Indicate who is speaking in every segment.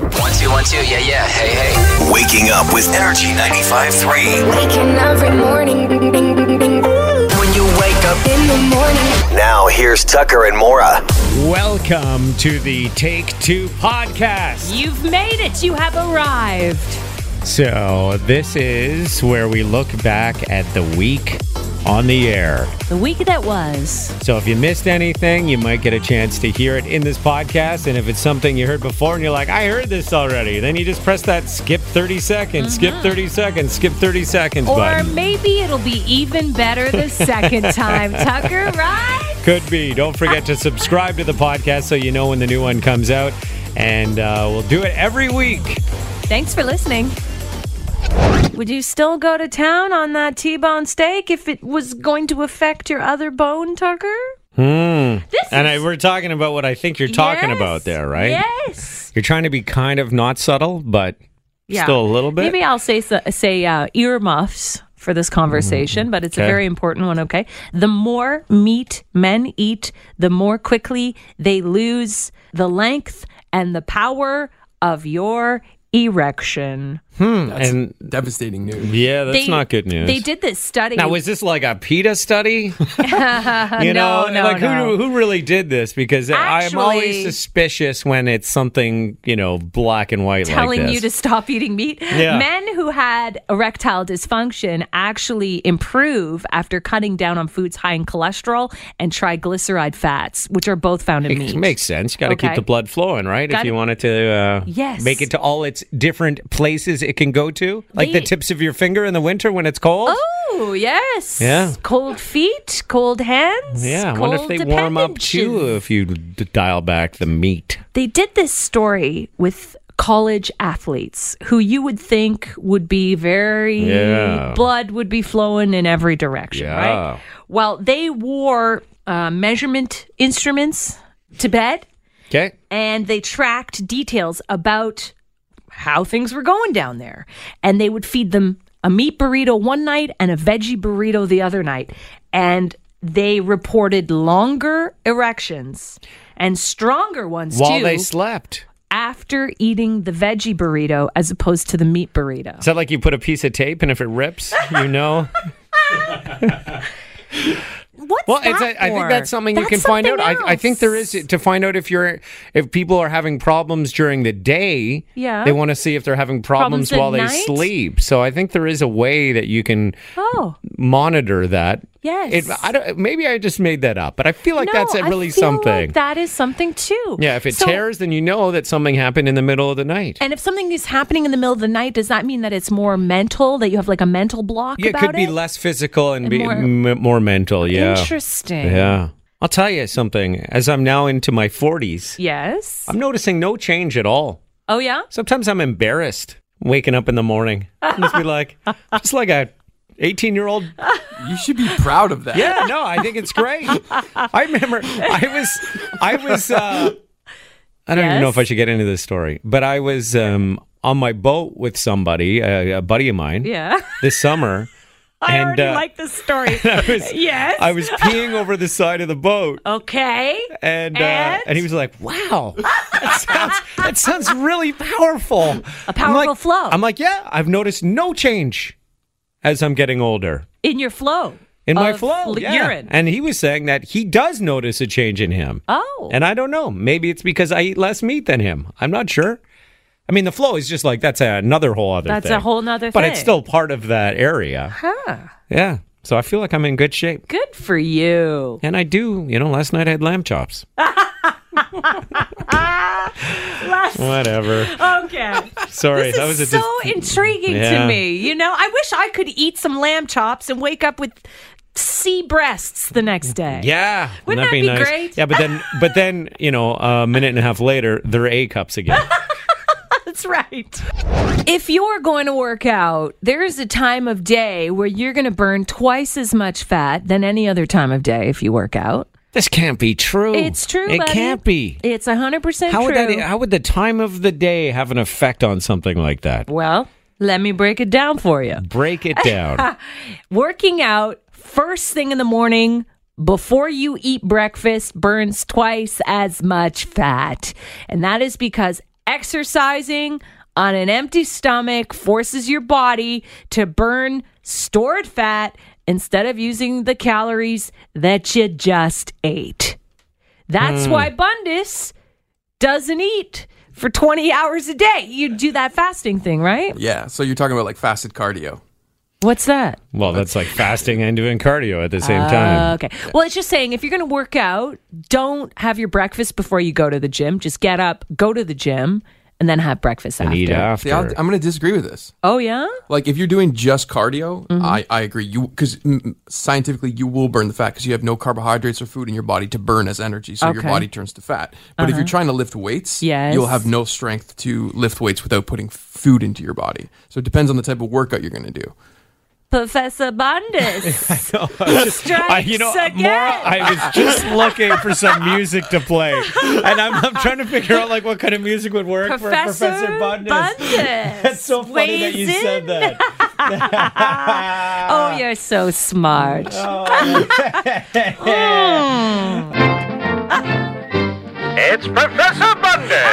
Speaker 1: one too. Yeah, yeah. Hey, hey.
Speaker 2: Waking up with Energy 95.3.
Speaker 3: Waking every morning. Bing, bing, bing, bing.
Speaker 1: When you wake up,
Speaker 3: In the morning.
Speaker 2: Now here's Tucker and Mora.
Speaker 4: Welcome to the Take Two podcast.
Speaker 5: You've made it. You have arrived.
Speaker 4: So, this is where we look back at the week on the air.
Speaker 5: The week that was.
Speaker 4: So, if you missed anything, you might get a chance to hear it in this podcast. And if it's something you heard before and you're like, I heard this already, then you just press that skip 30 seconds, skip 30 seconds, skip 30 seconds
Speaker 5: Or
Speaker 4: button.
Speaker 5: maybe it'll be even better the second time, Tucker, right?
Speaker 4: Could be. Don't forget to subscribe to the podcast so you know when the new one comes out. And uh, we'll do it every week.
Speaker 5: Thanks for listening. Would you still go to town on that T bone steak if it was going to affect your other bone, Tucker? This
Speaker 4: Hmm. And I,
Speaker 5: is-
Speaker 4: we're talking about what I think you're talking
Speaker 5: Yes.
Speaker 4: about there, right?
Speaker 5: Yes.
Speaker 4: You're trying to be kind of not subtle, but
Speaker 5: Yeah.
Speaker 4: still a little bit.
Speaker 5: Maybe I'll say so- say uh, earmuffs for this conversation, but it's
Speaker 4: Mm-hmm. Okay.
Speaker 5: a very important one. Okay, the more meat men eat, the more quickly they lose the length and the power of your erection.
Speaker 4: and
Speaker 6: devastating news.
Speaker 4: yeah, Hmm. that's
Speaker 5: They-
Speaker 4: not good news.
Speaker 5: They did this study.
Speaker 4: Now, was this like a PETA study? you
Speaker 5: No,
Speaker 4: know,
Speaker 5: no,
Speaker 4: like who
Speaker 5: no.
Speaker 4: who really did this? Because I'm
Speaker 5: Actually-
Speaker 4: always suspicious when it's something you know black and white
Speaker 5: telling
Speaker 4: like this.
Speaker 5: you to stop eating meat.
Speaker 4: Yeah.
Speaker 5: Men who had erectile dysfunction actually improve after cutting down on foods high in cholesterol and triglyceride fats, which are both found in meat.
Speaker 4: it makes sense. You got to keep
Speaker 5: Okay.
Speaker 4: the blood flowing, right? if
Speaker 5: Gotta-
Speaker 4: you want it to uh,
Speaker 5: Yes.
Speaker 4: make it to all its different places it can go to, like
Speaker 5: They-
Speaker 4: the tips of your finger in the winter when it's cold.
Speaker 5: Oh, yes.
Speaker 4: Yeah.
Speaker 5: Cold feet, cold hands.
Speaker 4: Yeah, I
Speaker 5: cold
Speaker 4: wonder if they warm up too
Speaker 5: dependencies.
Speaker 4: if you d- dial back the meat.
Speaker 5: They did this story with college athletes who you would think would be very
Speaker 4: Yeah.
Speaker 5: blood would be flowing in every direction,
Speaker 4: Yeah.
Speaker 5: right? Well, they wore uh, measurement instruments to bed
Speaker 4: Okay.
Speaker 5: and they tracked details about how things were going down there. And they would feed them a meat burrito one night and a veggie burrito the other night. And they reported longer erections and stronger ones
Speaker 4: While
Speaker 5: too
Speaker 4: they slept.
Speaker 5: after eating the veggie burrito as opposed to the meat burrito.
Speaker 4: Is that like you put a piece of tape and if it rips, you know?
Speaker 5: What's
Speaker 4: Well,
Speaker 5: that
Speaker 4: it's a, I think
Speaker 5: for?
Speaker 4: that's something you
Speaker 5: That's
Speaker 4: can find out.
Speaker 5: something
Speaker 4: I, I think there
Speaker 5: else.
Speaker 4: is to find out if you're if people are having problems during the day.
Speaker 5: Yeah.
Speaker 4: They want to see if they're having problems,
Speaker 5: Problems at
Speaker 4: while they
Speaker 5: night?
Speaker 4: sleep. So I think there is a way that you can
Speaker 5: Oh,
Speaker 4: monitor that.
Speaker 5: Yes.
Speaker 4: It, I don't, maybe I just made that up, but I feel like
Speaker 5: no,
Speaker 4: that's a
Speaker 5: I
Speaker 4: really
Speaker 5: feel like
Speaker 4: something.
Speaker 5: that is something too.
Speaker 4: yeah, if it
Speaker 5: So-
Speaker 4: tears, then you know that something happened in the middle of the night.
Speaker 5: And if something is happening in the middle of the night, does that mean that it's more mental? That you have like a mental block
Speaker 4: Yeah, it
Speaker 5: about
Speaker 4: could be
Speaker 5: it?
Speaker 4: less physical and,
Speaker 5: And
Speaker 4: be
Speaker 5: more-
Speaker 4: more, m- more mental. Yeah.
Speaker 5: Interesting.
Speaker 4: Yeah. I'll tell you something. As I'm now into my 40s,
Speaker 5: Yes.
Speaker 4: I'm noticing no change at all.
Speaker 5: Oh yeah.
Speaker 4: Sometimes I'm embarrassed waking up in the morning. i just be like, just like a 18 year old.
Speaker 6: You should be proud of that.
Speaker 4: Yeah, no, I think it's great. I remember I was, I was, uh, I don't even know
Speaker 5: Yes?
Speaker 4: if I should get into this story, but I was um, on my boat with somebody, a, a buddy of mine,
Speaker 5: Yeah.
Speaker 4: this summer.
Speaker 5: I
Speaker 4: And,
Speaker 5: already
Speaker 4: uh,
Speaker 5: like this story.
Speaker 4: I was,
Speaker 5: yes.
Speaker 4: I was peeing over the side of the boat.
Speaker 5: okay. Oh,
Speaker 4: And,
Speaker 5: And?
Speaker 4: Uh, and he was like, "Wow, that sounds that sounds really powerful."
Speaker 5: A
Speaker 4: I'm
Speaker 5: powerful
Speaker 4: like- "Ah."
Speaker 5: flow
Speaker 4: I'm like, "Yeah, I've noticed no change as I'm getting older
Speaker 5: in your flow.
Speaker 4: in my
Speaker 5: of
Speaker 4: flow,
Speaker 5: l-
Speaker 4: yeah."
Speaker 5: Urine.
Speaker 4: And he was saying that he does notice a change in him,
Speaker 5: oh.
Speaker 4: and I don't know. Maybe it's because I eat less meat than him. I'm not sure. I mean, the flow is just like that's another whole other.
Speaker 5: That's a
Speaker 4: thing.
Speaker 5: whole nother
Speaker 4: But
Speaker 5: thing.
Speaker 4: it's still part of that area.
Speaker 5: Huh.
Speaker 4: Yeah. So I feel like I'm in good shape.
Speaker 5: Good for you.
Speaker 4: And I do, you know, last night I had lamb chops. Whatever.
Speaker 5: Okay.
Speaker 4: Sorry,
Speaker 5: This
Speaker 4: that
Speaker 5: is
Speaker 4: was a
Speaker 5: so
Speaker 4: dis-
Speaker 5: intriguing to
Speaker 4: Yeah.
Speaker 5: me. You know, I wish I could eat some lamb chops and wake up with sea breasts the next day.
Speaker 4: yeah.
Speaker 5: Wouldn't
Speaker 4: that'd
Speaker 5: that be great?
Speaker 4: Yeah, but then, but then, you know, a minute and a half later, they're A cups again.
Speaker 5: That's right. If you're going to work out, there is a time of day where you're going to burn twice as much fat than any other time of day if you work out.
Speaker 4: this can't be true.
Speaker 5: It's true.
Speaker 4: It
Speaker 5: buddy.
Speaker 4: can't be.
Speaker 5: It's 100%
Speaker 4: How
Speaker 5: true.
Speaker 4: would that? e- How would the time of the day have an effect on something like that?
Speaker 5: well, let me break it down for you.
Speaker 4: Break it down.
Speaker 5: Working out first thing in the morning before you eat breakfast burns twice as much fat. And that is because exercising on an empty stomach forces your body to burn stored fat instead of using the calories that you just ate. That's why Bundus doesn't eat for 20 hours a day. You do that fasting thing, right?
Speaker 6: Yeah. So you're talking about like fasted cardio.
Speaker 5: What's that?
Speaker 4: Well, that's like fasting and doing cardio at the same time.
Speaker 5: Okay. Well, it's just saying if you're going to work out, don't have your breakfast before you go to the gym. Just get up, go to the gym, and then have breakfast
Speaker 4: and
Speaker 5: after.
Speaker 4: eat after.
Speaker 6: See, I'll, I'm going to disagree with this.
Speaker 5: Oh, yeah? Mm-hmm.
Speaker 6: Like, if you're doing just cardio, I, I agree. You because mm, scientifically you will burn the fat because you have no carbohydrates or food in your body to burn as energy, so your
Speaker 5: Okay. Uh-huh.
Speaker 6: body turns to fat. But if you're trying to lift weights,
Speaker 5: Yes.
Speaker 6: you'll have no strength to lift weights without putting food into your body. So it depends on the type of workout you're going to do.
Speaker 5: Professor Bundus.
Speaker 4: I, you know,
Speaker 5: strikes again.
Speaker 4: Maura, I was just looking for some music to play, and I'm, I'm trying to figure out like what kind of music would work for
Speaker 5: Professor
Speaker 4: Professor Bundes.
Speaker 5: Bundus.
Speaker 4: That's so funny that you
Speaker 5: weighs in.
Speaker 4: said that.
Speaker 5: Oh, you're so smart.
Speaker 4: Oh.
Speaker 7: It's Professor Bundes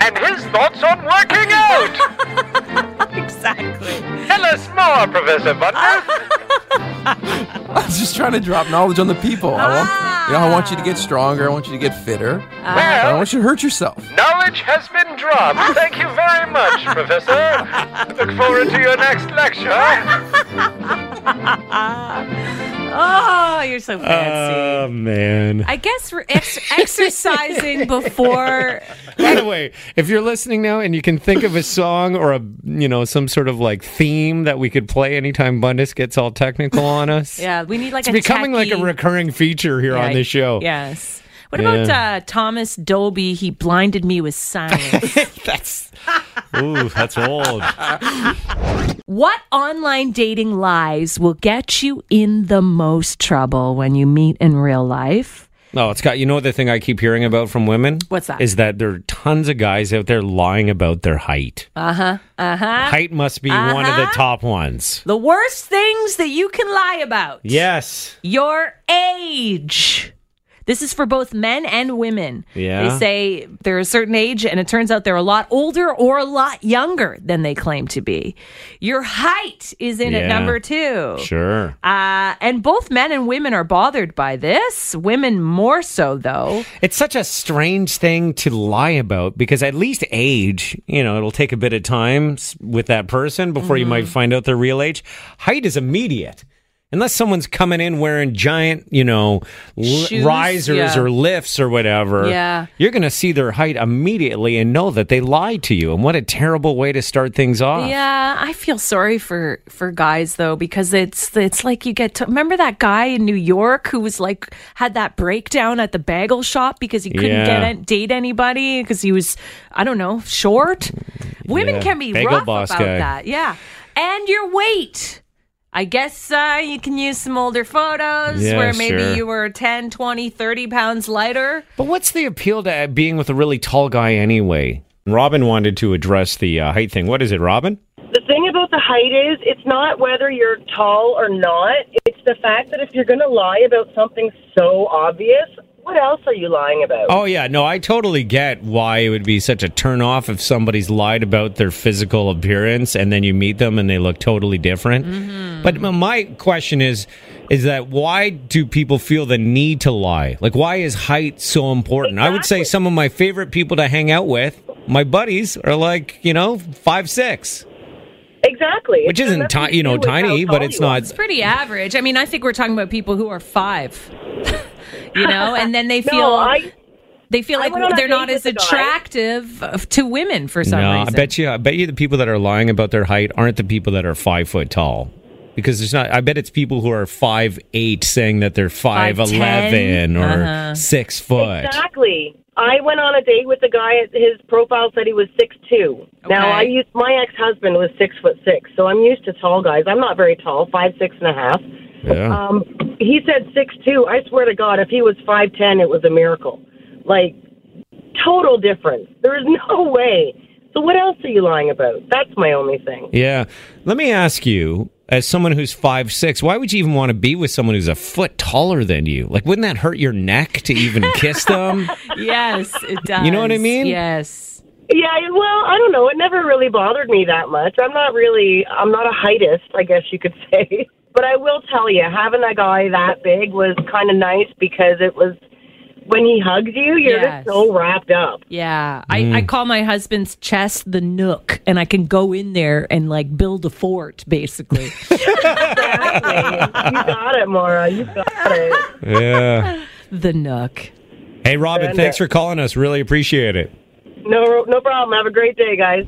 Speaker 7: and his thoughts on working out.
Speaker 5: Exactly.
Speaker 7: Tell us more, Professor Bundes.
Speaker 6: I was just trying to drop knowledge on the people. I want, you know, I want you to
Speaker 5: Ah.
Speaker 6: get stronger. I want you to get fitter. I don't
Speaker 7: Well,
Speaker 6: want you to hurt yourself.
Speaker 7: knowledge has been dropped. Thank you very much, Professor. Look forward to your next lecture.
Speaker 5: Oh, you're so fancy.
Speaker 4: Oh man.
Speaker 5: I guess we're ex- exercising before.
Speaker 4: By the way, if you're listening now and you can think of a song or a you know some sort of like theme that we could play anytime Bundes gets all technical on us,
Speaker 5: Yeah, we need like
Speaker 4: it's
Speaker 5: a
Speaker 4: becoming like a
Speaker 5: techie-
Speaker 4: recurring feature here on
Speaker 5: Right.
Speaker 4: this show.
Speaker 5: Yes. What
Speaker 4: Yeah.
Speaker 5: about uh, Thomas Dolby? He blinded me with science.
Speaker 4: Ooh, that's old.
Speaker 5: Uh-huh. what online dating lies will get you in the most trouble when you meet in real life?
Speaker 4: No, it's got. Oh, You know the thing I keep hearing about from women.
Speaker 5: What's that?
Speaker 4: Is that there are tons of guys out there lying about their height. Uh huh. Uh huh. Height must be one of the top ones.
Speaker 5: Uh-huh, The worst things that you can lie about.
Speaker 4: Yes.
Speaker 5: Your age. This is for both men and women.
Speaker 4: Yeah.
Speaker 5: They say they're a certain age, and it turns out they're a lot older or a lot younger than they claim to be. Your height is in
Speaker 4: Yeah.
Speaker 5: at number two.
Speaker 4: Sure.
Speaker 5: Uh, and both men and women are bothered by this. Women more so, though.
Speaker 4: It's such a strange thing to lie about because at least age, you know, it'll take a bit of time s- with that person before you
Speaker 5: Mm-hmm.
Speaker 4: might find out their real age. Height is immediate. Unless someone's coming in wearing giant, you know, l-
Speaker 5: Shoes,
Speaker 4: risers
Speaker 5: yeah.
Speaker 4: or lifts or whatever,
Speaker 5: Yeah.
Speaker 4: you're going to see their height immediately and know that they lied to you. And what a terrible way to start things off.
Speaker 5: Yeah, I feel sorry for for guys though because it's it's like you get to remember that guy in New York who was like had that breakdown at the bagel shop because he
Speaker 4: Yeah.
Speaker 5: couldn't get an- date anybody because he was I don't know short. Women
Speaker 4: Yeah,
Speaker 5: can be
Speaker 4: bagel
Speaker 5: rough
Speaker 4: boss
Speaker 5: about
Speaker 4: guy.
Speaker 5: that, yeah. And your weight. I guess uh, you can use some older photos
Speaker 4: Yeah,
Speaker 5: where maybe
Speaker 4: sure.
Speaker 5: you were 10, 20, 30 pounds lighter.
Speaker 4: But what's the appeal to uh, being with a really tall guy anyway? Robin wanted to address the uh, height thing. What is it, Robin?
Speaker 8: The thing about the height is, it's not whether you're tall or not. It's the fact that if you're going to lie about something so obvious, what else are you lying about?
Speaker 4: Oh yeah, no, I totally get why it would be such a turn off if somebody's lied about their physical appearance and then you meet them and they look totally different.
Speaker 8: Mm-hmm.
Speaker 4: But m- my question is is that why do people feel the need to lie? Like why is height so important? I would say some of my favorite people to hang out with, my buddies are like, you know, 5 6,
Speaker 8: exactly.
Speaker 4: which
Speaker 8: It's got
Speaker 4: isn't
Speaker 8: nothing
Speaker 4: ti-
Speaker 8: to
Speaker 4: you know
Speaker 8: do with how
Speaker 4: tiny,
Speaker 8: tall
Speaker 4: but it's
Speaker 8: you are.
Speaker 4: not
Speaker 5: It's pretty average. I mean, I think we're talking about people who are five, you know, and then they
Speaker 8: No,
Speaker 5: feel
Speaker 8: I,
Speaker 5: they feel
Speaker 8: I
Speaker 5: like
Speaker 8: went on a
Speaker 5: they're
Speaker 8: date
Speaker 5: not
Speaker 8: with
Speaker 5: as
Speaker 8: a guy.
Speaker 5: attractive uh, to women for some
Speaker 4: no,
Speaker 5: reason.
Speaker 4: I bet you. I bet you the people that are lying about their height aren't the people that are five foot tall, because there's not. I bet it's people who are five eight saying that they're five
Speaker 5: 5'10"?
Speaker 4: eleven or
Speaker 5: Uh-huh.
Speaker 4: six foot.
Speaker 8: exactly. I went on a date with a guy. His profile said he was six two. Now
Speaker 5: Okay.
Speaker 8: I used my ex husband was six foot six, so I'm used to tall guys. I'm not very tall, five six and a half.
Speaker 4: Yeah.
Speaker 8: Um, he said six two. I swear to God, if he was five ten, it was a miracle. Like total difference. There is no way. So what else are you lying about? That's my only thing.
Speaker 4: yeah. Let me ask you, as someone who's five six, why would you even want to be with someone who's a foot taller than you? Like, wouldn't that hurt your neck to even kiss them?
Speaker 5: yes, it does.
Speaker 4: what I mean?
Speaker 5: Yes.
Speaker 8: Yeah, well, I don't know. It never really bothered me that much. I'm not really, I'm not a heightist, I guess you could say. But I will tell you, having a guy that big was kind of nice because it was when he hugs you, you're
Speaker 5: Yes.
Speaker 8: just so wrapped up.
Speaker 5: Yeah, I,
Speaker 4: Mm.
Speaker 5: I call my husband's chest the nook, and I can go in there and like build a fort, basically.
Speaker 8: you got it, Mara. You got it.
Speaker 4: Yeah.
Speaker 5: the nook.
Speaker 4: hey, Robin, thanks for calling us. Really appreciate it.
Speaker 8: No, no problem. Have a great day, guys.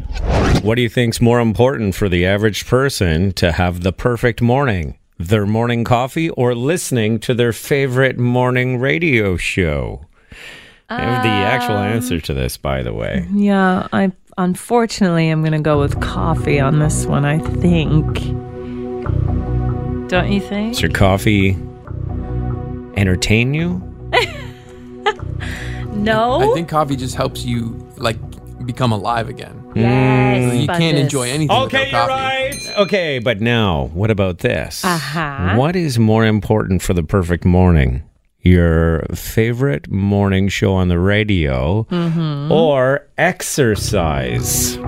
Speaker 4: What do you think's more important for the average person to have the perfect morning? Their morning coffee or listening to their favorite morning radio show? I have the actual answer to this, by the way.
Speaker 5: Yeah, I unfortunately I'm gonna go with coffee on this one. I think. Don't you think?
Speaker 4: Does your coffee entertain you?
Speaker 5: No.
Speaker 6: I think coffee just helps you like become alive again.
Speaker 5: Mm. yes,
Speaker 6: You can't enjoy anything
Speaker 4: Okay, you're
Speaker 6: without coffee.
Speaker 4: right. Okay, but now what about this?
Speaker 5: Uh-huh.
Speaker 4: What is more important for the perfect morning? Your favorite morning show on the radio
Speaker 7: Mm-hmm.
Speaker 5: Mm-hmm.
Speaker 4: or exercise?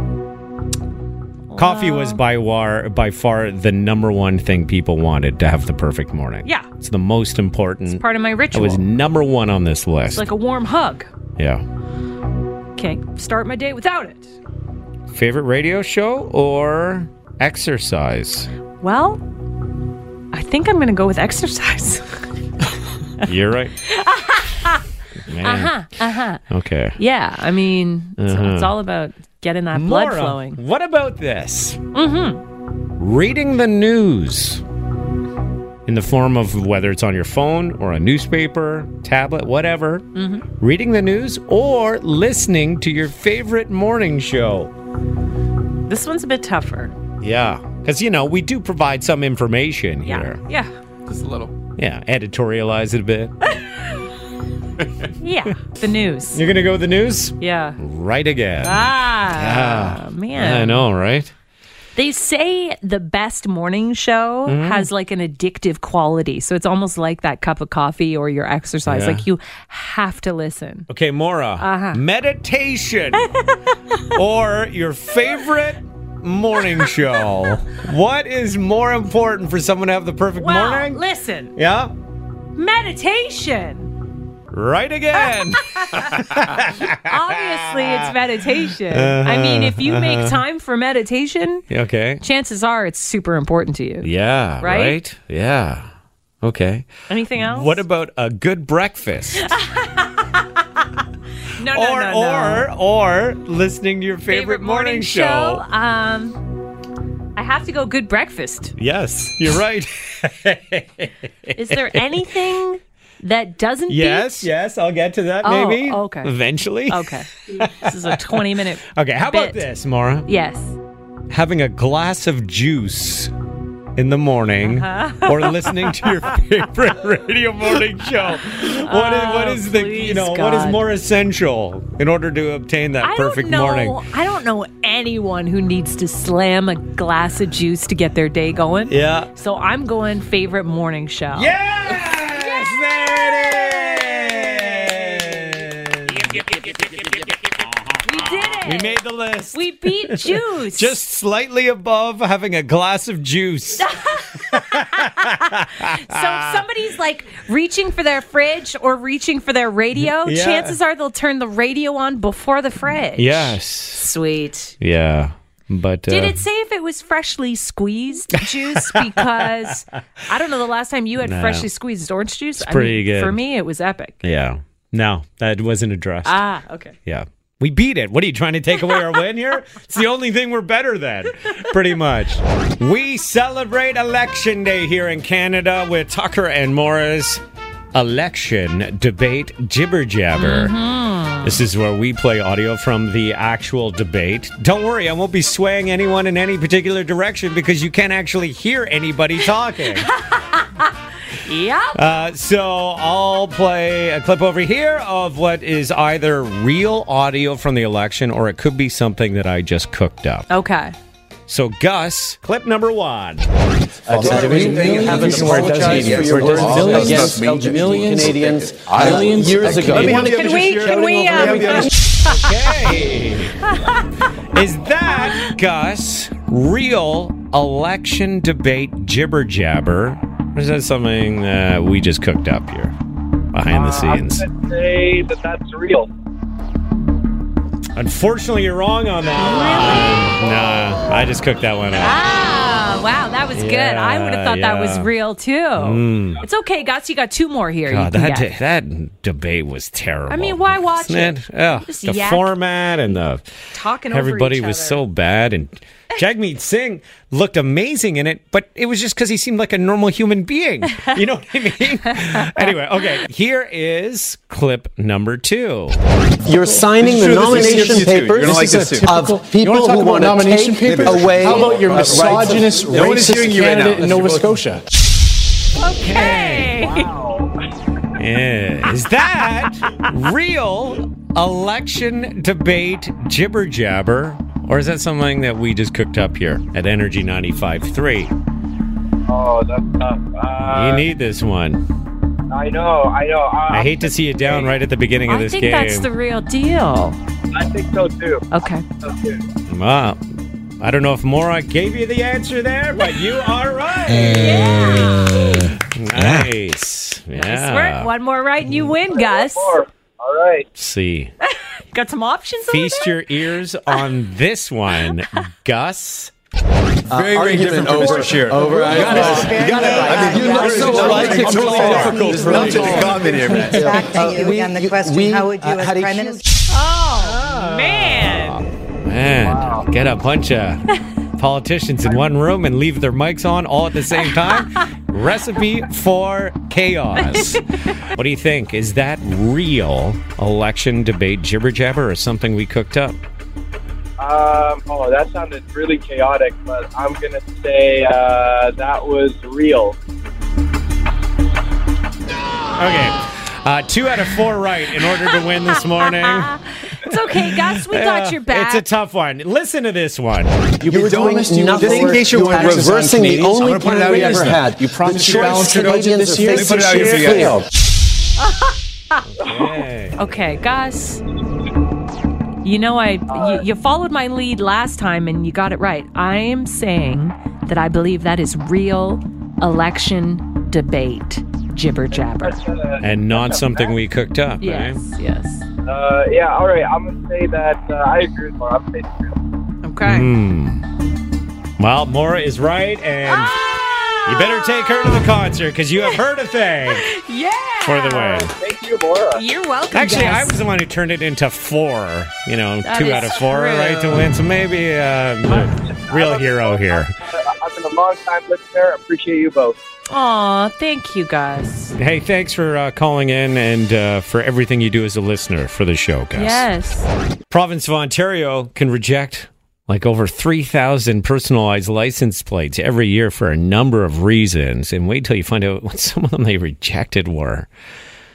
Speaker 4: Coffee was by war, by far the number one thing people wanted to have the perfect morning.
Speaker 5: Yeah.
Speaker 4: It's the most important.
Speaker 5: It's part of my
Speaker 4: it
Speaker 5: ritual.
Speaker 4: Mm. was number one on this list.
Speaker 5: it's like a warm hug.
Speaker 4: yeah.
Speaker 5: Can't start my day without it.
Speaker 4: Favorite radio show or exercise?
Speaker 5: Well, I think I'm gonna go with exercise.
Speaker 4: You're right.
Speaker 5: Uh-huh.
Speaker 4: Uh huh. Uh huh. Okay. Uh-huh.
Speaker 5: yeah, I mean, it's, it's all about getting that blood
Speaker 4: Maura,
Speaker 5: flowing.
Speaker 4: What about this? Mm-hmm. Reading the news in the form of whether it's on your phone or a newspaper, tablet, whatever.
Speaker 5: Mm-hmm.
Speaker 4: Reading the news or listening to your favorite morning show.
Speaker 5: This one's a bit tougher.
Speaker 4: Yeah. Because, you know, we do provide some information
Speaker 5: Yeah.
Speaker 4: here.
Speaker 5: Yeah.
Speaker 6: Just a little.
Speaker 4: Yeah. Editorialize it a bit.
Speaker 5: Yeah. the news.
Speaker 4: You're going to go with the news?
Speaker 5: Yeah.
Speaker 4: Right again.
Speaker 5: Ah, man.
Speaker 4: I know, right?
Speaker 5: They say the best morning show
Speaker 4: Mm-hmm.
Speaker 5: has like an addictive quality. So it's almost like that cup of coffee or your exercise.
Speaker 4: Yeah.
Speaker 5: Like you have to listen.
Speaker 4: Okay, Mora.
Speaker 5: Uh-huh.
Speaker 4: Meditation or your favorite morning show. Oh, what is more important for someone to have the perfect
Speaker 5: Well,
Speaker 4: morning?
Speaker 5: listen,
Speaker 4: yeah.
Speaker 5: meditation.
Speaker 4: Right again.
Speaker 5: Obviously, it's meditation.
Speaker 4: Uh-huh.
Speaker 5: I mean, if you make time for meditation,
Speaker 4: okay.
Speaker 5: chances are it's super important to you.
Speaker 4: Yeah.
Speaker 5: Right?
Speaker 4: Yeah. Okay.
Speaker 5: Anything else?
Speaker 4: What about a good breakfast?
Speaker 5: no, no,
Speaker 4: or
Speaker 5: no, no.
Speaker 4: or or listening to your favorite, morning, show.
Speaker 5: Um, I have to go. Good breakfast.
Speaker 4: Yes, you're right.
Speaker 5: Is there anything that doesn't?
Speaker 4: yes,
Speaker 5: beat-
Speaker 4: yes, I'll get to that
Speaker 5: Oh,
Speaker 4: maybe.
Speaker 5: okay.
Speaker 4: Eventually.
Speaker 5: Okay. This is a 20 minute.
Speaker 4: Okay, how about
Speaker 5: Bit.
Speaker 4: this, Mora?
Speaker 5: Yes.
Speaker 4: having a glass of juice in the morning
Speaker 5: Uh-huh.
Speaker 4: or listening to your favorite radio morning show. What is what
Speaker 5: Oh,
Speaker 4: is the you
Speaker 5: please,
Speaker 4: know what is
Speaker 5: God.
Speaker 4: more essential in order to obtain that
Speaker 5: I
Speaker 4: perfect
Speaker 5: don't know.
Speaker 4: morning?
Speaker 5: I don't know anyone who needs to slam a glass of juice to get their day going.
Speaker 4: Yeah.
Speaker 5: So I'm going favorite morning show.
Speaker 4: Yes, there it is.
Speaker 5: We did it.
Speaker 4: We made the list.
Speaker 5: We beat juice.
Speaker 4: just slightly above having a glass of juice.
Speaker 5: so
Speaker 4: Ah.
Speaker 5: if somebody's like reaching for their fridge or reaching for their radio,
Speaker 4: Yeah.
Speaker 5: chances are they'll turn the radio on before the fridge.
Speaker 4: yes.
Speaker 5: Sweet.
Speaker 4: Yeah. But
Speaker 5: Did
Speaker 4: uh,
Speaker 5: it say if it was freshly squeezed juice? Because I don't know the last time you had freshly squeezed orange juice. I
Speaker 4: pretty good.
Speaker 5: For me, it was epic.
Speaker 4: Yeah. No, that wasn't addressed.
Speaker 5: Ah, okay.
Speaker 4: Yeah. We beat it. What are you trying to take away our win here? It's the only thing we're better than, pretty much. We celebrate Election Day here in Canada with Tucker and Morris. Election debate jibber jabber.
Speaker 5: Mm-hmm.
Speaker 4: This is where we play audio from the actual debate. Don't worry, I won't be swaying anyone in any particular direction because you can't actually hear anybody talking.
Speaker 5: Yep.
Speaker 4: Uh, so I'll play a clip over here of what is either real audio from the election or it could be something that I just cooked up.
Speaker 5: Okay.
Speaker 4: So, Gus, clip number one.
Speaker 9: Millions, millions, millions years ago.
Speaker 5: Can we? Can we? Um,
Speaker 7: um,
Speaker 4: Okay. Is that, Gus, real election debate jibber jabber? Or is that something that we just cooked up here behind the scenes?
Speaker 7: I'd Uh, say that that's real.
Speaker 4: Unfortunately, you're wrong on that one. Nah, I just cooked that one up.
Speaker 5: Ah, wow, that was good. I would have thought that was
Speaker 4: Yeah, yeah.
Speaker 5: real too.
Speaker 4: Hmm.
Speaker 5: It's okay, Guts. You got two more here. you
Speaker 4: God,
Speaker 5: can
Speaker 4: that,
Speaker 5: get.
Speaker 4: de- that debate was terrible.
Speaker 5: I mean, why watch
Speaker 4: Isn't
Speaker 5: it?
Speaker 4: Ugh,
Speaker 5: Just
Speaker 4: the
Speaker 5: yak.
Speaker 4: format and the
Speaker 5: Talking over
Speaker 4: everybody
Speaker 5: each
Speaker 4: was
Speaker 5: other.
Speaker 4: so bad. And Jagmeet Singh looked amazing in it, but it was just because he seemed like a normal human being. You know what I mean? anyway, okay. Here is clip number two.
Speaker 9: You're signing the nomination papers
Speaker 10: You're gonna like this too.
Speaker 9: of people who want to take away. How about your misogynist, racist candidate in Nova Scotia?
Speaker 5: Okay.
Speaker 4: Yeah. Is that real election debate jibber jabber? Or is that something that we just cooked up here at Energy 95.3?
Speaker 7: Oh, that's tough. Uh,
Speaker 4: you need this one.
Speaker 7: I know, I know. Uh, I,
Speaker 4: I hate to see you down right at the beginning of
Speaker 5: uh, I
Speaker 4: this
Speaker 5: think
Speaker 4: game.
Speaker 5: that's the real deal.
Speaker 7: I think so too.
Speaker 5: Okay.
Speaker 7: So too.
Speaker 4: Wow. I don't know if Mora gave you the answer there, but you are
Speaker 10: Uh,
Speaker 4: right.
Speaker 9: Uh,
Speaker 4: Nice. Yeah.
Speaker 5: Nice work. One more right and you win, Gus.
Speaker 7: Or, all right.
Speaker 4: Let's see.
Speaker 5: Got some options over
Speaker 4: Feast your ears on this one, Gus.
Speaker 9: Uh,
Speaker 10: Very, very different from Mr. Shear.
Speaker 9: Over. I-
Speaker 10: You got it right. I mean, you're not so right. It's totally difficult. There's nothing to comment here, man.
Speaker 9: Uh, we- we, uh, had a huge-
Speaker 5: there? Oh,
Speaker 10: Ah.
Speaker 5: Man.
Speaker 4: Man, get a bunch of politicians in one room and leave their mics on all at the same time. Recipe for chaos. what do you think? Is that real election debate jibber jabber or something we cooked up?
Speaker 7: Um, oh, that sounded really chaotic, but I'm gonna say uh, that was real.
Speaker 4: Okay. Uh, two out of four right in order to win this morning.
Speaker 5: It's okay, Gus. We got your
Speaker 4: It's
Speaker 5: back.
Speaker 4: a tough one. Listen to this one.
Speaker 9: You were doing
Speaker 10: doing
Speaker 9: nothing.
Speaker 10: Just in case you
Speaker 9: You
Speaker 10: were
Speaker 9: were reversing the
Speaker 10: Canadians, I'm
Speaker 9: only
Speaker 10: gonna point it
Speaker 9: plan
Speaker 10: out
Speaker 9: we
Speaker 10: here
Speaker 9: ever
Speaker 10: for you.
Speaker 9: had. You promised to balance Canadians this year.
Speaker 10: Let me put it out here for you guys.
Speaker 9: Failed.
Speaker 5: okay, Gus. You know, I you, you followed my lead last time and you got it right. I am saying that I believe that is real election debate jibber jabber.
Speaker 4: And not something we cooked up.
Speaker 5: Yes,
Speaker 4: Eh?
Speaker 5: yes.
Speaker 7: Uh, yeah, all right. I'm gonna say that uh, I agree with Laura. I'm saying it's real.
Speaker 5: Okay.
Speaker 4: Hmm. Well, Mora is right, and you better take her to the concert because you have her to thank
Speaker 5: Ah! Yeah.
Speaker 4: for the win.
Speaker 7: Thank you, Laura.
Speaker 5: You're welcome.
Speaker 4: Actually,
Speaker 5: Gus.
Speaker 4: I was the one who turned it into four. You know,
Speaker 5: That
Speaker 4: two
Speaker 5: is
Speaker 4: out of four,
Speaker 5: true.
Speaker 4: right, to win. So maybe uh, the real hero here.
Speaker 7: I've been a long time listener. Appreciate you both.
Speaker 5: Aw, thank you, Gus.
Speaker 4: Hey, thanks for uh, calling in and uh, for everything you do as a listener for the show, guys.
Speaker 5: Yes.
Speaker 4: province of Ontario can reject like over 3,000 personalized license plates every year for a number of reasons. And wait till you find out what some of them they rejected were.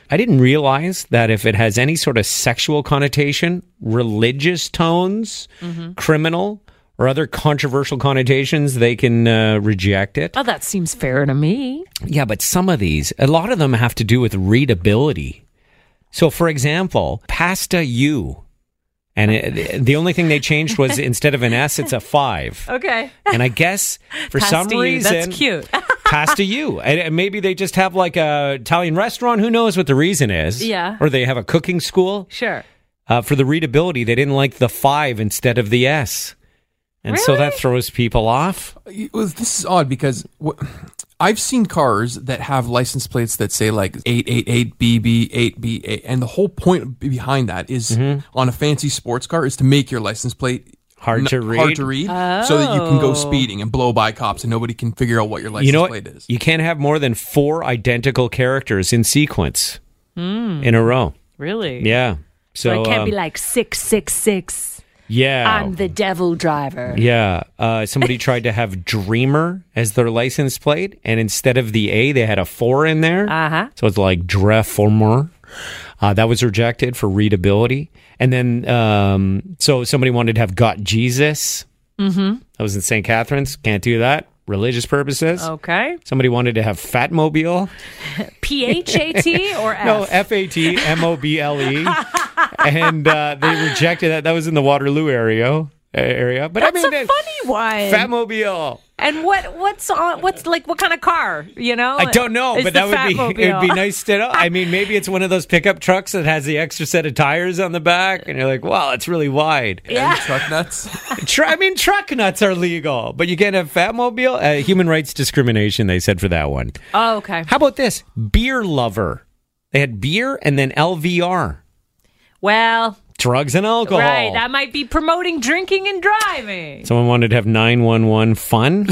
Speaker 4: I didn't realize that if it has any sort of sexual connotation, religious tones, criminal, or other controversial connotations, they can uh, reject it.
Speaker 5: Oh, that seems fair to me.
Speaker 4: Yeah, but some of these, a lot of them have to do with readability. So, for example, pasta U. And it, the only thing they changed was instead of an S, it's a five.
Speaker 5: Okay.
Speaker 4: And I guess for some
Speaker 5: Pasta you,
Speaker 4: reason,
Speaker 5: that's cute.
Speaker 4: pasta U. And and maybe they just have like a Italian restaurant. Who knows what the reason is?
Speaker 5: Yeah.
Speaker 4: Or they have a cooking school.
Speaker 5: sure.
Speaker 4: Uh, for the readability, they didn't like the five instead of the S. And so that throws people off.
Speaker 6: It was- this is odd because wh- I've seen cars that have license plates that say like 888BB, 8B8, and the whole point b- behind that is on a fancy sports car is to make your license plate
Speaker 4: Mm-hmm. Hard
Speaker 6: n-
Speaker 4: to
Speaker 6: hard
Speaker 4: read.
Speaker 6: to read, so that you can
Speaker 5: Oh.
Speaker 6: go speeding and blow by cops, and nobody can figure out what your license
Speaker 4: you know what?
Speaker 6: plate is.
Speaker 4: You can't have more than four identical characters in sequence in a row.
Speaker 5: Really?
Speaker 4: Yeah. So,
Speaker 5: So it can't
Speaker 4: um, Oh.
Speaker 5: be like 666.
Speaker 4: yeah.
Speaker 5: I'm the devil driver.
Speaker 4: yeah. Uh, somebody tried to have Dreamer as their license plate, and instead of the A, they had a four in there.
Speaker 5: Uh huh.
Speaker 4: So it's like Dreformer. Uh, that was rejected for readability. And then, um, so somebody wanted to have Got Jesus. Mm-hmm. That was in St. Catharines. Can't do that. Religious purposes.
Speaker 5: Okay.
Speaker 4: Somebody wanted to have Fatmobile.
Speaker 5: P H A T or F?
Speaker 4: No, F A T M O B L E. and uh, they rejected that. That was in the Waterloo area. Area, but
Speaker 5: That's
Speaker 4: I mean,
Speaker 5: a
Speaker 4: it-
Speaker 5: funny one.
Speaker 4: Fatmobile.
Speaker 5: and what what's on? What's like what kind of car? You know,
Speaker 4: I don't know,
Speaker 5: Oh, It's
Speaker 4: but
Speaker 5: the
Speaker 4: that would be it would be
Speaker 5: Fatmobile.
Speaker 4: nice to know. I mean, maybe it's one of those pickup trucks that has the extra set of tires on the back, and you're like, wow, it's really wide.
Speaker 5: Yeah.
Speaker 6: Truck nuts.
Speaker 4: Tr- I mean, truck nuts are legal, but you can't have Fatmobile. Uh, human rights discrimination, they said for that one.
Speaker 5: Oh, okay.
Speaker 4: How about this beer lover? They had beer and then LVR,
Speaker 5: Well,
Speaker 4: drugs and alcohol.
Speaker 5: right. That might be promoting drinking and driving.
Speaker 4: Someone wanted to have 911 fun.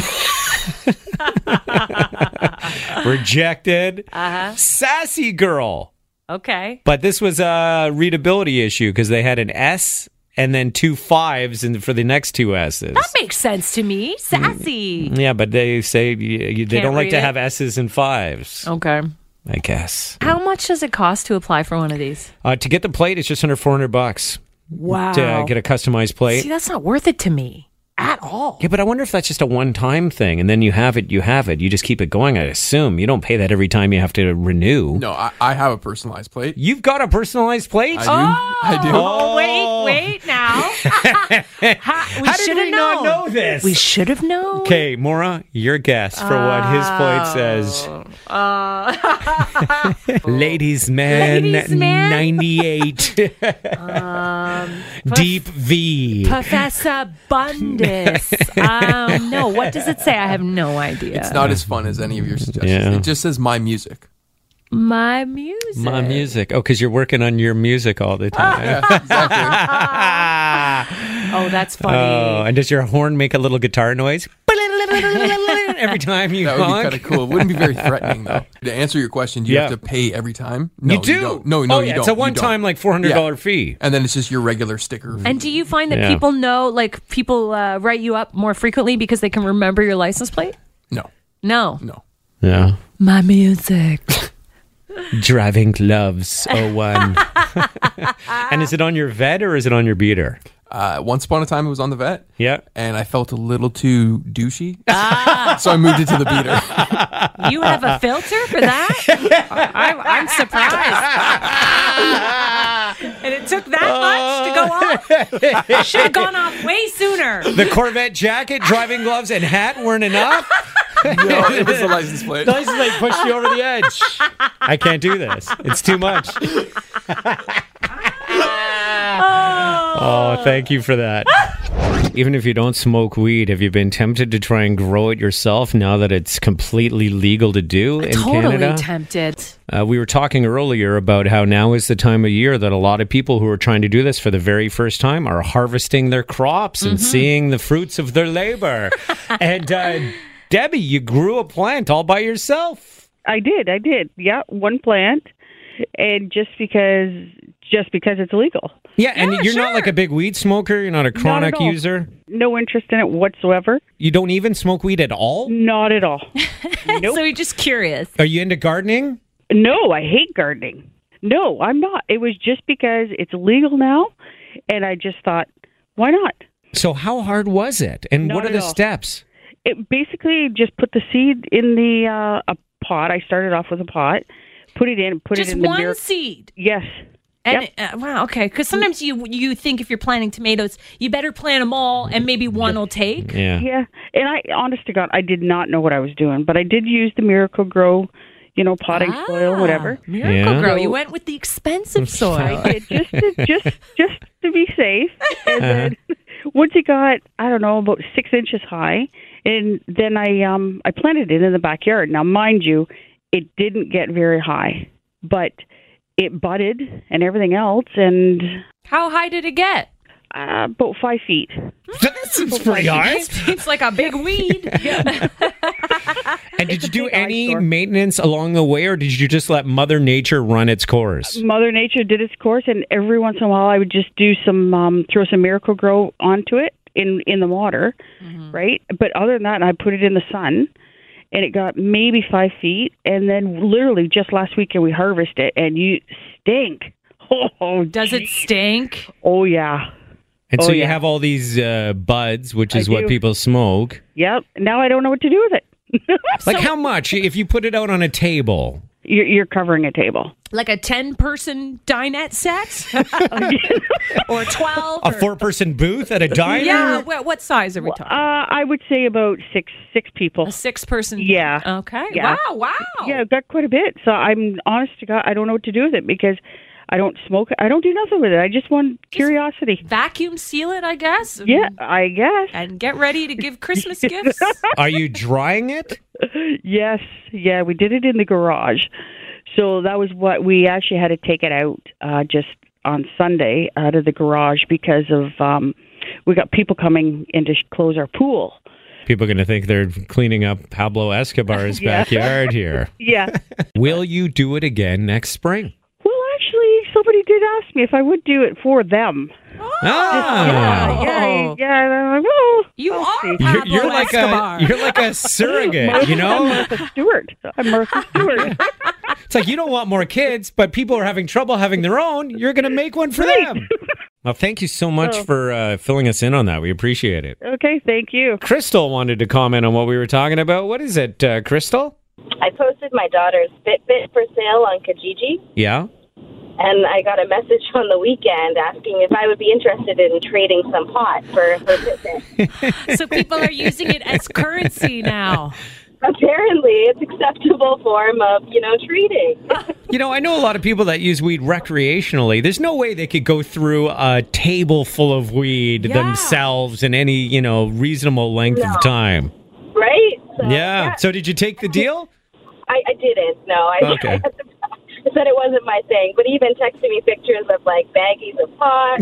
Speaker 4: Rejected.
Speaker 5: Uh huh.
Speaker 4: Sassy girl.
Speaker 5: Okay.
Speaker 4: But this was a readability issue because they had an S and then two fives and for the next two S's.
Speaker 5: That makes sense to me. Sassy.
Speaker 4: Yeah, but they say you, you, they
Speaker 5: Can't
Speaker 4: don't like
Speaker 5: read
Speaker 4: to
Speaker 5: it.
Speaker 4: have S's and fives,
Speaker 5: Okay.
Speaker 4: I guess.
Speaker 5: How much does it cost to apply for one of these?
Speaker 4: Uh, to get the plate, it's just under 400 bucks
Speaker 5: Wow.
Speaker 4: to uh, get a customized plate.
Speaker 5: See, that's not worth it to me at all.
Speaker 4: Yeah, but I wonder if that's just a one time thing and then you have it, you have it. You just keep it going, I assume. You don't pay that every time you have to renew.
Speaker 6: No, I, I have a personalized plate.
Speaker 4: You've got a personalized plate?
Speaker 6: I do. I do.
Speaker 5: Oh, wait, wait now. Ha, we
Speaker 4: How did
Speaker 5: should have
Speaker 4: we not
Speaker 5: known.
Speaker 4: know this?
Speaker 5: We should have known. Oh.
Speaker 4: okay, Mora, your guess for what his plate says.
Speaker 5: uh,
Speaker 4: Ladies man, Um,
Speaker 5: Ladies man.
Speaker 4: 98. Deep V.
Speaker 5: Professor Bundus. um, no, what does it say? I have no idea.
Speaker 6: It's not as fun as any of your suggestions.
Speaker 4: Yeah.
Speaker 6: It just says my music.
Speaker 5: my music.
Speaker 4: My music. Oh, because you're working on your music all the
Speaker 5: Ah,
Speaker 4: time.
Speaker 6: Yeah, exactly.
Speaker 5: Oh, that's funny.
Speaker 4: Oh, and does your horn make a little guitar noise? Every time you
Speaker 6: That would be
Speaker 4: honk?
Speaker 6: kind of cool. It wouldn't be very threatening though. To answer your question, do you
Speaker 4: Yeah.
Speaker 6: have to pay every time? No,
Speaker 4: you do.
Speaker 6: not No, no,
Speaker 4: oh,
Speaker 6: you
Speaker 4: yeah,
Speaker 6: don't.
Speaker 4: It's a
Speaker 6: You
Speaker 4: one time
Speaker 6: don't.
Speaker 4: like four hundred dollar
Speaker 6: Yeah.
Speaker 4: fee.
Speaker 6: and then it's just your regular sticker.
Speaker 5: and do you find that
Speaker 4: Yeah.
Speaker 5: people know, like, people uh, write you up more frequently because they can remember your license plate?
Speaker 6: no,
Speaker 5: No.
Speaker 6: no.
Speaker 4: Yeah.
Speaker 5: My music.
Speaker 4: Driving gloves 01. and is it on your vet or is it on your beater?
Speaker 6: Uh, once upon a time, it was on the vet.
Speaker 4: Yeah.
Speaker 6: And I felt a little too douchey,
Speaker 4: Ah.
Speaker 6: so I moved it to the beater.
Speaker 5: You have a filter for that? I, I'm surprised. and it took that much to go off? Should have gone off way sooner.
Speaker 4: The Corvette jacket, driving gloves, and hat weren't enough.
Speaker 6: no, it was the license plate.
Speaker 4: Nice they pushed you over the edge. I can't do this. It's too much. oh, thank you for that. Even if you don't smoke weed, have you been tempted to try and grow it yourself now that it's completely legal to do in
Speaker 5: totally
Speaker 4: Canada?
Speaker 5: tempted.
Speaker 4: Uh, we were talking earlier about how now is the time of year that a lot of people who are trying to do this for the very first time are harvesting their crops
Speaker 11: Mm-hmm.
Speaker 4: and seeing the fruits of their labor. and uh, Debbie, you grew a plant all by yourself.
Speaker 11: I did, I did. Yeah, one plant, and just because, just because it's legal,
Speaker 4: Yeah, and you're not like
Speaker 5: sure.
Speaker 4: a big weed smoker. You're not a chronic
Speaker 11: all.
Speaker 4: user.
Speaker 11: no interest in it whatsoever.
Speaker 4: You don't even smoke weed at all.
Speaker 11: Not at all.
Speaker 5: So you're just curious.
Speaker 4: Are you into gardening?
Speaker 11: no, I hate gardening. No, I'm not. It was just because it's legal now, and I just thought, why not?
Speaker 4: So how hard was it? And
Speaker 11: Not
Speaker 4: what are
Speaker 11: at
Speaker 4: the
Speaker 11: all.
Speaker 4: steps?
Speaker 11: It basically just put the seed in the uh, a pot. I started off with a pot, put it in, put
Speaker 5: Just
Speaker 11: it in the
Speaker 5: one
Speaker 11: mirror.
Speaker 5: seed.
Speaker 11: Yes.
Speaker 5: And uh, wow, okay. Because sometimes you you think if you're planting tomatoes, you better plant them all, and maybe one will take.
Speaker 4: Yeah.
Speaker 11: Yeah, and I, honest to God, I did not know what I was doing, but I did use the Miracle Grow, you know, potting soil,
Speaker 5: Ah,
Speaker 11: whatever.
Speaker 5: Miracle
Speaker 4: Yeah.
Speaker 5: Grow. You went with the expensive soil.
Speaker 11: I did just to, just just to be safe. And
Speaker 4: Uh,
Speaker 11: then once it got, I don't know, about six inches high, and then I um I planted it in the backyard. Now, mind you, it didn't get very high, but it budded and everything else, and
Speaker 5: How high did it get?
Speaker 11: uh, about five feet.
Speaker 4: That's pretty hard.
Speaker 5: It's like a big weed.
Speaker 4: And did you do
Speaker 11: big
Speaker 4: any
Speaker 11: eyesore.
Speaker 4: maintenance along the way, or did you just let Mother Nature run its course?
Speaker 11: Mother Nature did its course, and every once in a while, I would just do some um, throw some Miracle Grow onto it in in the water,
Speaker 5: Mm-hmm.
Speaker 11: right? But other than that, I put it in the sun, and it got maybe five feet, and then literally just last weekend we harvested it, and you stink. Oh,
Speaker 5: Does it stink?
Speaker 11: Oh yeah,
Speaker 4: And so
Speaker 11: Oh,
Speaker 4: you
Speaker 11: yeah.
Speaker 4: have all these uh, buds, which is
Speaker 11: I
Speaker 4: what
Speaker 11: do.
Speaker 4: people smoke.
Speaker 11: yep. Now I don't know what to do with it.
Speaker 4: Like how much if you put it out on a table?
Speaker 11: you're, you're covering a table.
Speaker 5: Like a 10 person dinette set? or 12?
Speaker 4: A four person booth at a diner?
Speaker 5: Yeah, wha- what size are we talking?
Speaker 11: Uh, I would say about six six people. A
Speaker 5: six person.
Speaker 11: Yeah.
Speaker 5: Okay.
Speaker 11: Yeah.
Speaker 5: Wow, Oh, wow.
Speaker 11: Yeah, I've got quite a bit. So I'm honest to God, I don't know what to do with it because I don't smoke. I don't do nothing with it. I just want curiosity.
Speaker 5: Vacuum seal it, I guess.
Speaker 11: Yeah, I guess.
Speaker 5: And get ready to give Christmas gifts.
Speaker 4: Are you drying it?
Speaker 11: Yes, yeah, we did it in the garage. So that was what we actually had to take it out uh, just on Sunday out of the garage because of um, we got people coming in to sh- close our pool.
Speaker 4: People are going to think they're cleaning up Pablo Escobar's
Speaker 11: Yeah.
Speaker 4: backyard here.
Speaker 11: Yeah.
Speaker 4: Will you do it again next spring?
Speaker 11: well, actually, somebody did ask me if I would do it for them.
Speaker 4: Ah.
Speaker 11: Yeah, yeah. And I'm like, well,
Speaker 5: You are
Speaker 4: You're, you're like a you're like a surrogate, you know.
Speaker 11: Martha Stewart. I'm Martha Stewart.
Speaker 4: It's like you don't want more kids, but people are having trouble having their own. You're going to make one for them. Well, thank you so much
Speaker 11: Oh.
Speaker 4: for uh, filling us in on that. We appreciate it.
Speaker 11: okay, thank you.
Speaker 4: Crystal wanted to comment on what we were talking about. What is it, uh, Crystal?
Speaker 12: I posted my daughter's Fitbit for sale on Kijiji,
Speaker 4: Yeah.
Speaker 12: and I got a message on the weekend asking if I would be interested in trading some pot for her Fitbit.
Speaker 5: so people are using it as currency now.
Speaker 12: Apparently, it's acceptable form of you know trading.
Speaker 4: You know, I know a lot of people that use weed recreationally. There's no way they could go through a table full of weed themselves in any, you know, reasonable length
Speaker 12: No.
Speaker 4: of time.
Speaker 12: Right? So,
Speaker 4: Yeah. So did you take the deal?
Speaker 12: I, I didn't. No, I,
Speaker 4: Okay.
Speaker 12: I said it wasn't my thing. But even texting me pictures of like baggies of pot.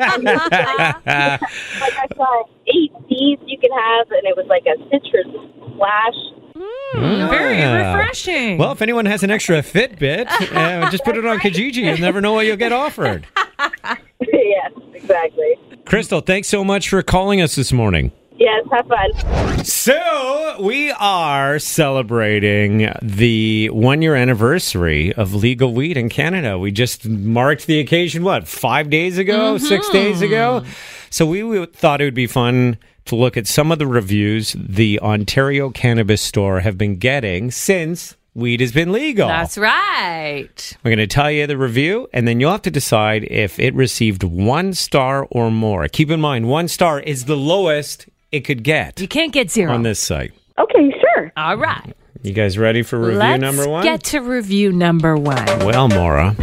Speaker 12: and- like I saw eight seeds you can have, and it was like a citrus splash.
Speaker 5: Very
Speaker 4: Ah.
Speaker 5: refreshing.
Speaker 4: Well, if anyone has an extra Fitbit, uh, just put it on Kijiji. You'll never know what you'll get offered.
Speaker 12: yes, exactly.
Speaker 4: Crystal, thanks so much for calling us this morning.
Speaker 12: Yes, have fun.
Speaker 4: So, we are celebrating the one year anniversary of legal weed in Canada. We just marked the occasion, what, five days ago, six days ago? So, we w- thought it would be fun to look at some of the reviews the Ontario Cannabis Store have been getting since weed has been legal.
Speaker 5: That's right.
Speaker 4: We're going to tell you the review, and then you'll have to decide if it received one star or more. Keep in mind, one star is the lowest it could get
Speaker 5: You can't get zero.
Speaker 4: on this site.
Speaker 12: Okay, sure.
Speaker 5: All right.
Speaker 4: You guys ready for review
Speaker 5: Let's
Speaker 4: number one?
Speaker 5: get to review number one.
Speaker 4: well, Mora.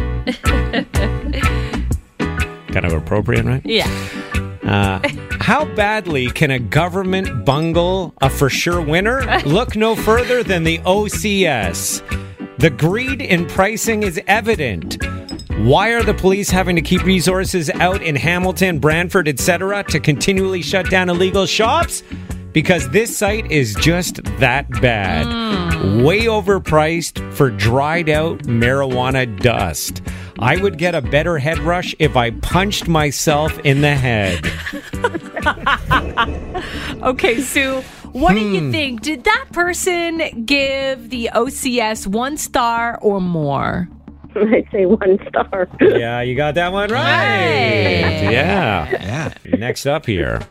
Speaker 4: kind of appropriate, right?
Speaker 5: Yeah.
Speaker 4: Uh, how badly can a government bungle a for sure winner? Look no further than the OCS. The greed in pricing is evident. Why are the police having to keep resources out in Hamilton, Brantford, etc. to continually shut down illegal shops? Because this site is just that bad. Way overpriced for dried out marijuana dust. I would get a better head rush if I punched myself in the head.
Speaker 5: Okay, Sue, what do you think? Did that person give the OCS one star or more?
Speaker 12: I'd say one star.
Speaker 4: Yeah, you got that one right.
Speaker 5: Hey.
Speaker 4: Yeah. Yeah. Next up here.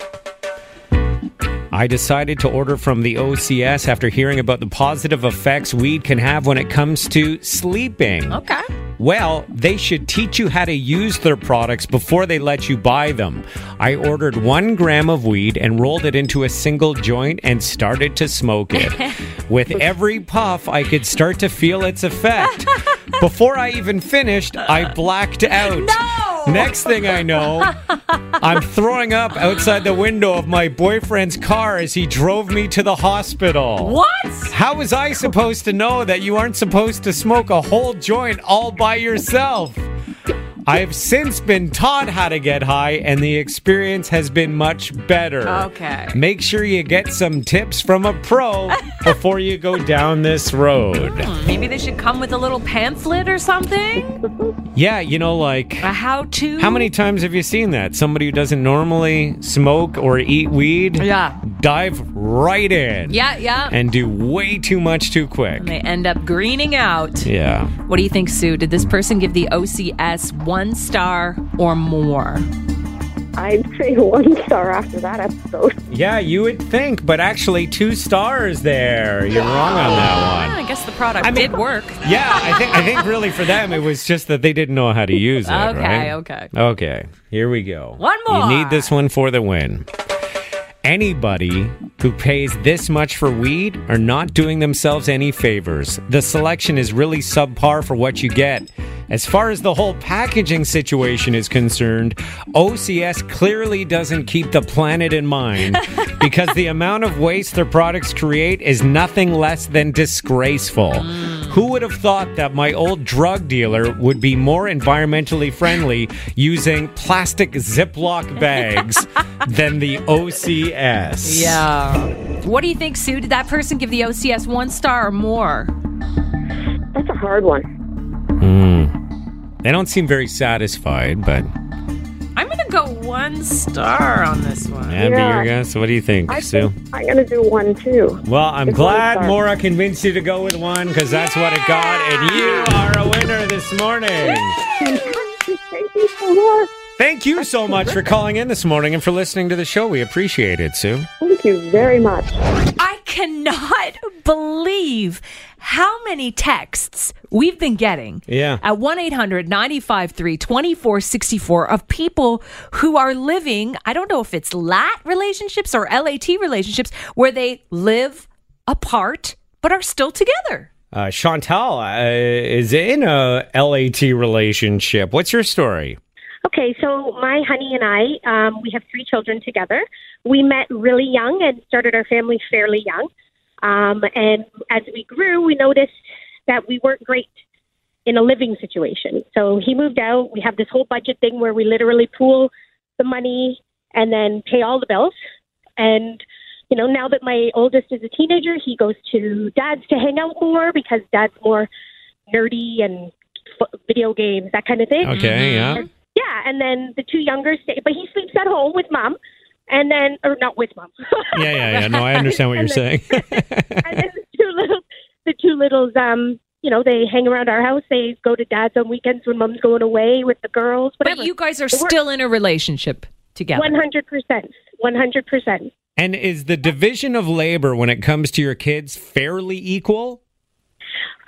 Speaker 4: I decided to order from the OCS after hearing about the positive effects weed can have when it comes to sleeping.
Speaker 5: Okay.
Speaker 4: Well, they should teach you how to use their products before they let you buy them. I ordered one gram of weed and rolled it into a single joint and started to smoke it. With every puff, I could start to feel its effect. Before I even finished, I blacked out.
Speaker 5: No!
Speaker 4: Next thing I know, I'm throwing up outside the window of my boyfriend's car as he drove me to the hospital.
Speaker 5: What?
Speaker 4: How was I supposed to know that you aren't supposed to smoke a whole joint all by yourself? I've since been taught how to get high, and the experience has been much better.
Speaker 5: Okay.
Speaker 4: Make sure you get some tips from a pro before you go down this road.
Speaker 5: Maybe they should come with a little pamphlet or something?
Speaker 4: Yeah, you know, like.
Speaker 5: A how to?
Speaker 4: How many times have you seen that? Somebody who doesn't normally smoke or eat weed
Speaker 5: Yeah.
Speaker 4: dive right in
Speaker 5: Yeah, yeah.
Speaker 4: and do way too much too quick.
Speaker 5: And they end up greening out.
Speaker 4: Yeah.
Speaker 5: What do you think, Sue? Did this person give the OCS one star or more?
Speaker 12: I'd say one star after that episode.
Speaker 4: Yeah, you would think, but actually, two stars there. You're wrong on that one.
Speaker 5: I guess the product did work.
Speaker 4: Yeah, I think I think really for them it was just that they didn't know how to use it.
Speaker 5: Okay,
Speaker 4: right?
Speaker 5: okay.
Speaker 4: okay. Here we go.
Speaker 5: One more.
Speaker 4: You need this one for the win. Anybody who pays this much for weed are not doing themselves any favors. The selection is really subpar for what you get. As far as the whole packaging situation is concerned, OCS clearly doesn't keep the planet in mind because the amount of waste their products create is nothing less than disgraceful.
Speaker 5: Mm.
Speaker 4: Who would have thought that my old drug dealer would be more environmentally friendly using plastic Ziploc bags than the OCS?
Speaker 5: Yeah. What do you think, Sue? Did that person give the OCS one star or more?
Speaker 12: That's a hard one.
Speaker 4: Hmm. They don't seem very satisfied, but
Speaker 5: I'm going to go one star on this one.
Speaker 4: that'd be your guess. What do you think,
Speaker 12: I
Speaker 4: Sue?
Speaker 12: think I'm gonna do one too.
Speaker 4: Well, I'm
Speaker 12: It's one
Speaker 4: glad
Speaker 12: star.
Speaker 4: Mora convinced you to go with one because that's what it got, and you are a winner this morning.
Speaker 12: Thank you so much.
Speaker 4: Thank you so much for calling in this morning and for listening to the show. We appreciate it, Sue.
Speaker 12: Thank you very much.
Speaker 5: I cannot believe how many texts we've been getting
Speaker 4: Yeah.
Speaker 5: at 1 800 953 2464 of people who are living, I don't know if it's LAT relationships or LAT relationships, where they live apart but are still together.
Speaker 4: Uh, Chantal uh, is in a LAT relationship. What's your story?
Speaker 13: Okay, so my honey and I, um, we have three children together. We met really young and started our family fairly young. Um, and as we grew, we noticed that we weren't great in a living situation. So he moved out. We have this whole budget thing where we literally pool the money and then pay all the bills. And, you know, now that my oldest is a teenager, he goes to dad's to hang out more because dad's more nerdy and f- video games, that kind of thing.
Speaker 4: Okay, yeah.
Speaker 13: And- yeah, and then the two younger stay, but he sleeps at home with mom, and then or not with mom.
Speaker 4: Yeah, yeah, yeah. No, I understand what you're saying.
Speaker 13: and then the two little, the two littles, um, you know, they hang around our house. They go to dad's on weekends when mom's going away with the girls. Whatever.
Speaker 5: But you guys are still in a relationship together.
Speaker 13: one hundred percent, one hundred percent.
Speaker 4: And is the division of labor when it comes to your kids fairly equal?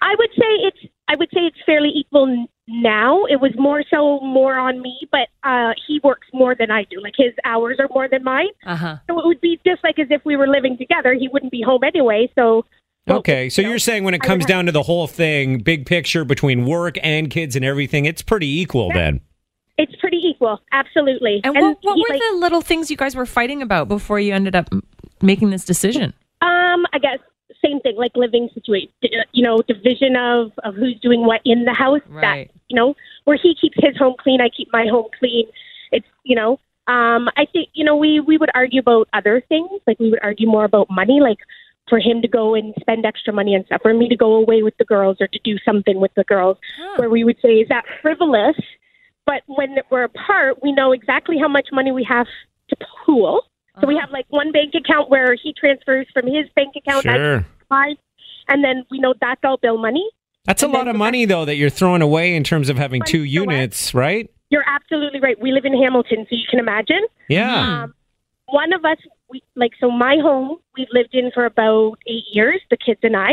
Speaker 13: I would say it's I would say it's fairly equal n- now. It was more so more on me, but uh, he works more than I do. Like his hours are more than mine.
Speaker 5: Uh huh.
Speaker 13: So it would be just like as if we were living together. He wouldn't be home anyway. So
Speaker 4: Okay, so you're saying when it comes down to the whole thing, big picture between work and kids and everything, it's pretty equal then.
Speaker 13: it's pretty equal. Absolutely.
Speaker 5: And, what, what
Speaker 13: he,
Speaker 5: were
Speaker 13: like,
Speaker 5: the little things you guys were fighting about before you ended up m- making this decision?
Speaker 13: Um, I guess same thing, like living situation. You know, division of of who's doing what in the house.
Speaker 5: Right.
Speaker 13: That you know, where he keeps his home clean, I keep my home clean. It's you know, um, I think you know we we would argue about other things. Like we would argue more about money, like. For him to go and spend extra money on stuff, or me to go away with the girls, or to do something with the girls, where we would say, "Is that frivolous?" But when we're apart, we know exactly how much money we have to pool. So we have like one bank account where he transfers from his bank account, I
Speaker 4: Sure.
Speaker 13: mine, and then we know that's all bill money.
Speaker 4: That's a lot of money though that you're throwing away in terms of having two units, right?
Speaker 13: You're absolutely right. We live in Hamilton, so you can imagine.
Speaker 4: Yeah.
Speaker 13: Um, one of us, we, like, so my home, we've lived in for about eight years, the kids and I,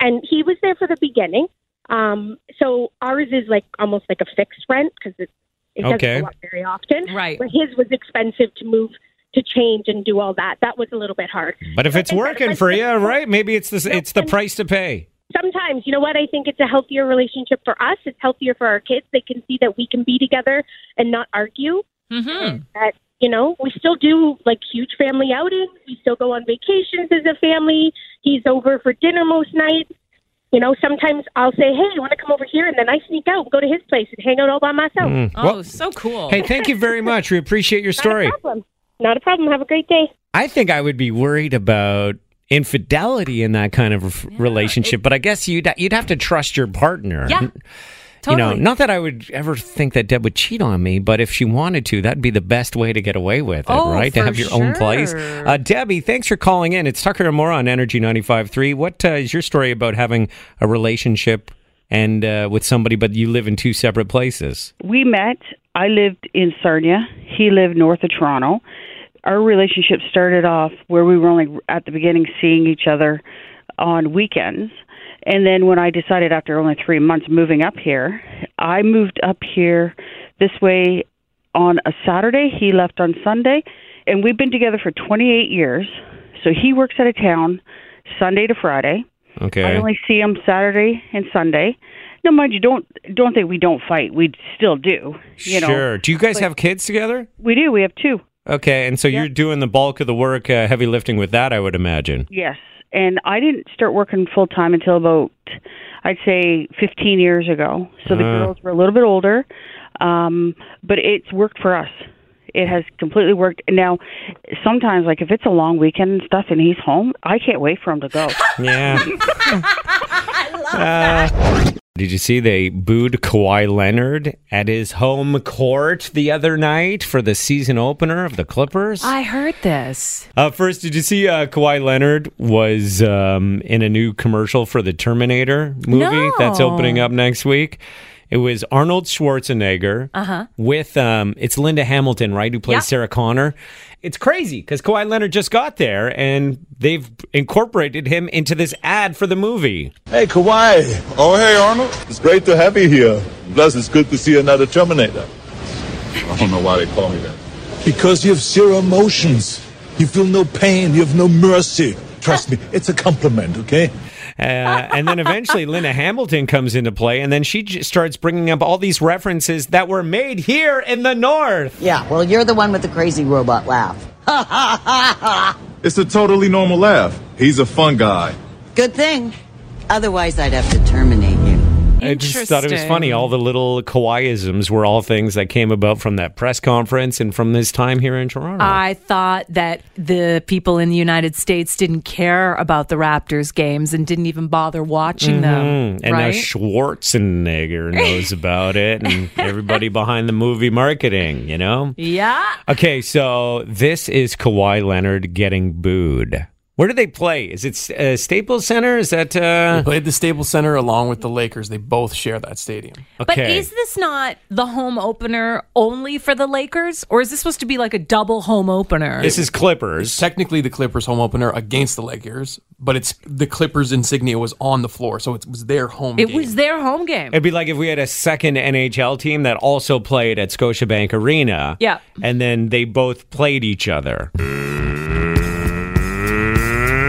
Speaker 13: and he was there for the beginning. Um, so ours is like almost like a fixed rent because it, it
Speaker 4: Okay.
Speaker 13: doesn't go up very often.
Speaker 5: Right.
Speaker 13: But his was expensive to move to change and do all that. That was a little bit hard.
Speaker 4: But if it's working for you, right? Maybe it's the it's the price to pay.
Speaker 13: sometimes you know what i think it's a healthier relationship for us it's healthier for our kids they can see that we can be together and not argue
Speaker 5: Mm-hmm.
Speaker 13: that you know we still do like huge family outings we still go on vacations as a family he's over for dinner most nights you know sometimes i'll say hey you want to come over here and then i sneak out and go to his place and hang out all by myself
Speaker 4: Mm.
Speaker 5: Oh,
Speaker 4: Well-
Speaker 5: so cool.
Speaker 4: Hey, thank you very much. We appreciate your story.
Speaker 13: problem not a problem have a great day
Speaker 4: I think I would be worried about infidelity in that kind of relationship, but I guess you'd you'd have to trust your partner.
Speaker 5: Yeah,
Speaker 4: You know,
Speaker 5: totally.
Speaker 4: not that I would ever think that Deb would cheat on me, but if she wanted to, that'd be the best way to get away with it,
Speaker 5: Oh,
Speaker 4: right? to
Speaker 5: for
Speaker 4: have your own place.
Speaker 5: sure.
Speaker 4: Uh, Debbie, thanks for calling in. It's Tucker and Mora on Energy 95.3. What uh, is your story about having a relationship and uh, with somebody, but you live in two separate places?
Speaker 11: We met I lived in Sarnia. He lived north of Toronto. Our relationship started off where we were only at the beginning seeing each other on weekends. And then when I decided after only three months moving up here, I moved up here this way on a Saturday. He left on Sunday. And we've been together for 28 years. So he works out of town Sunday to Friday.
Speaker 4: Okay.
Speaker 11: I only see him Saturday and Sunday. No, mind you, don't don't think we don't fight. We still do. You know,
Speaker 4: sure. Do you guys have kids together?
Speaker 11: we do. We have two.
Speaker 4: Okay, and so you're doing the bulk of the work, uh, heavy lifting with that, I would imagine.
Speaker 11: Yes, and I didn't start working full time until about I'd say 15 years ago. So the
Speaker 4: Ah.
Speaker 11: girls were a little bit older, um, but it's worked for us. It has completely worked. And Now, sometimes like if it's a long weekend and stuff, and he's home, I can't wait for him to go.
Speaker 4: Yeah. Uh, did you see they booed Kawhi Leonard at his home court the other night for the season opener of the Clippers?
Speaker 5: I heard this.
Speaker 4: Uh, first, did you see uh, Kawhi Leonard was um, in a new commercial for the Terminator movie that's
Speaker 5: No.
Speaker 4: opening up next week? It was Arnold Schwarzenegger
Speaker 5: Uh-huh.
Speaker 4: with um, it's Linda Hamilton, right, who plays Sarah Connor. It's crazy because Kawhi Leonard just got there and they've incorporated him into this ad for the movie.
Speaker 14: Hey, Kawhi. Oh, hey, Arnold. It's great to have you here. Plus, it's good to see another Terminator. I don't know why they call me that. Because you have zero emotions. You feel no pain. You have no mercy. Trust me, it's a compliment, okay?
Speaker 4: Uh, and then eventually Linda Hamilton comes into play, and then she j- starts bringing up all these references that were made here in the North.
Speaker 15: Yeah, well, you're the one with the crazy robot laugh.
Speaker 14: It's a totally normal laugh. He's a fun guy.
Speaker 15: Good thing. Otherwise, I'd have to terminate you.
Speaker 4: I just thought it was funny.
Speaker 15: Interesting.
Speaker 4: All the little Kawaiisms were all things that came about from that press conference and from this time here in Toronto.
Speaker 5: I thought that the people in the United States didn't care about the Raptors games and didn't even bother watching them.
Speaker 4: Mhm. And
Speaker 5: right?
Speaker 4: now Schwarzenegger knows about it, and everybody behind the movie marketing, you know?
Speaker 5: yeah.
Speaker 4: Okay, so this is Kawhi Leonard getting booed. Where do they play? Is it uh, Staples Center? Is that uh...
Speaker 6: played the Staples Center along with the Lakers? They both share that stadium.
Speaker 5: But is this not the home opener only for the Lakers, or is this supposed to be like a double home opener?
Speaker 4: is Clippers.
Speaker 6: technically the Clippers home opener against the Lakers, but it's the Clippers insignia was on the floor, so it was their home.
Speaker 5: it
Speaker 6: game.
Speaker 5: was their home game.
Speaker 4: It'd be like if we had a second NHL team that also played at Scotiabank Arena.
Speaker 5: Yeah.
Speaker 4: And then they both played each other.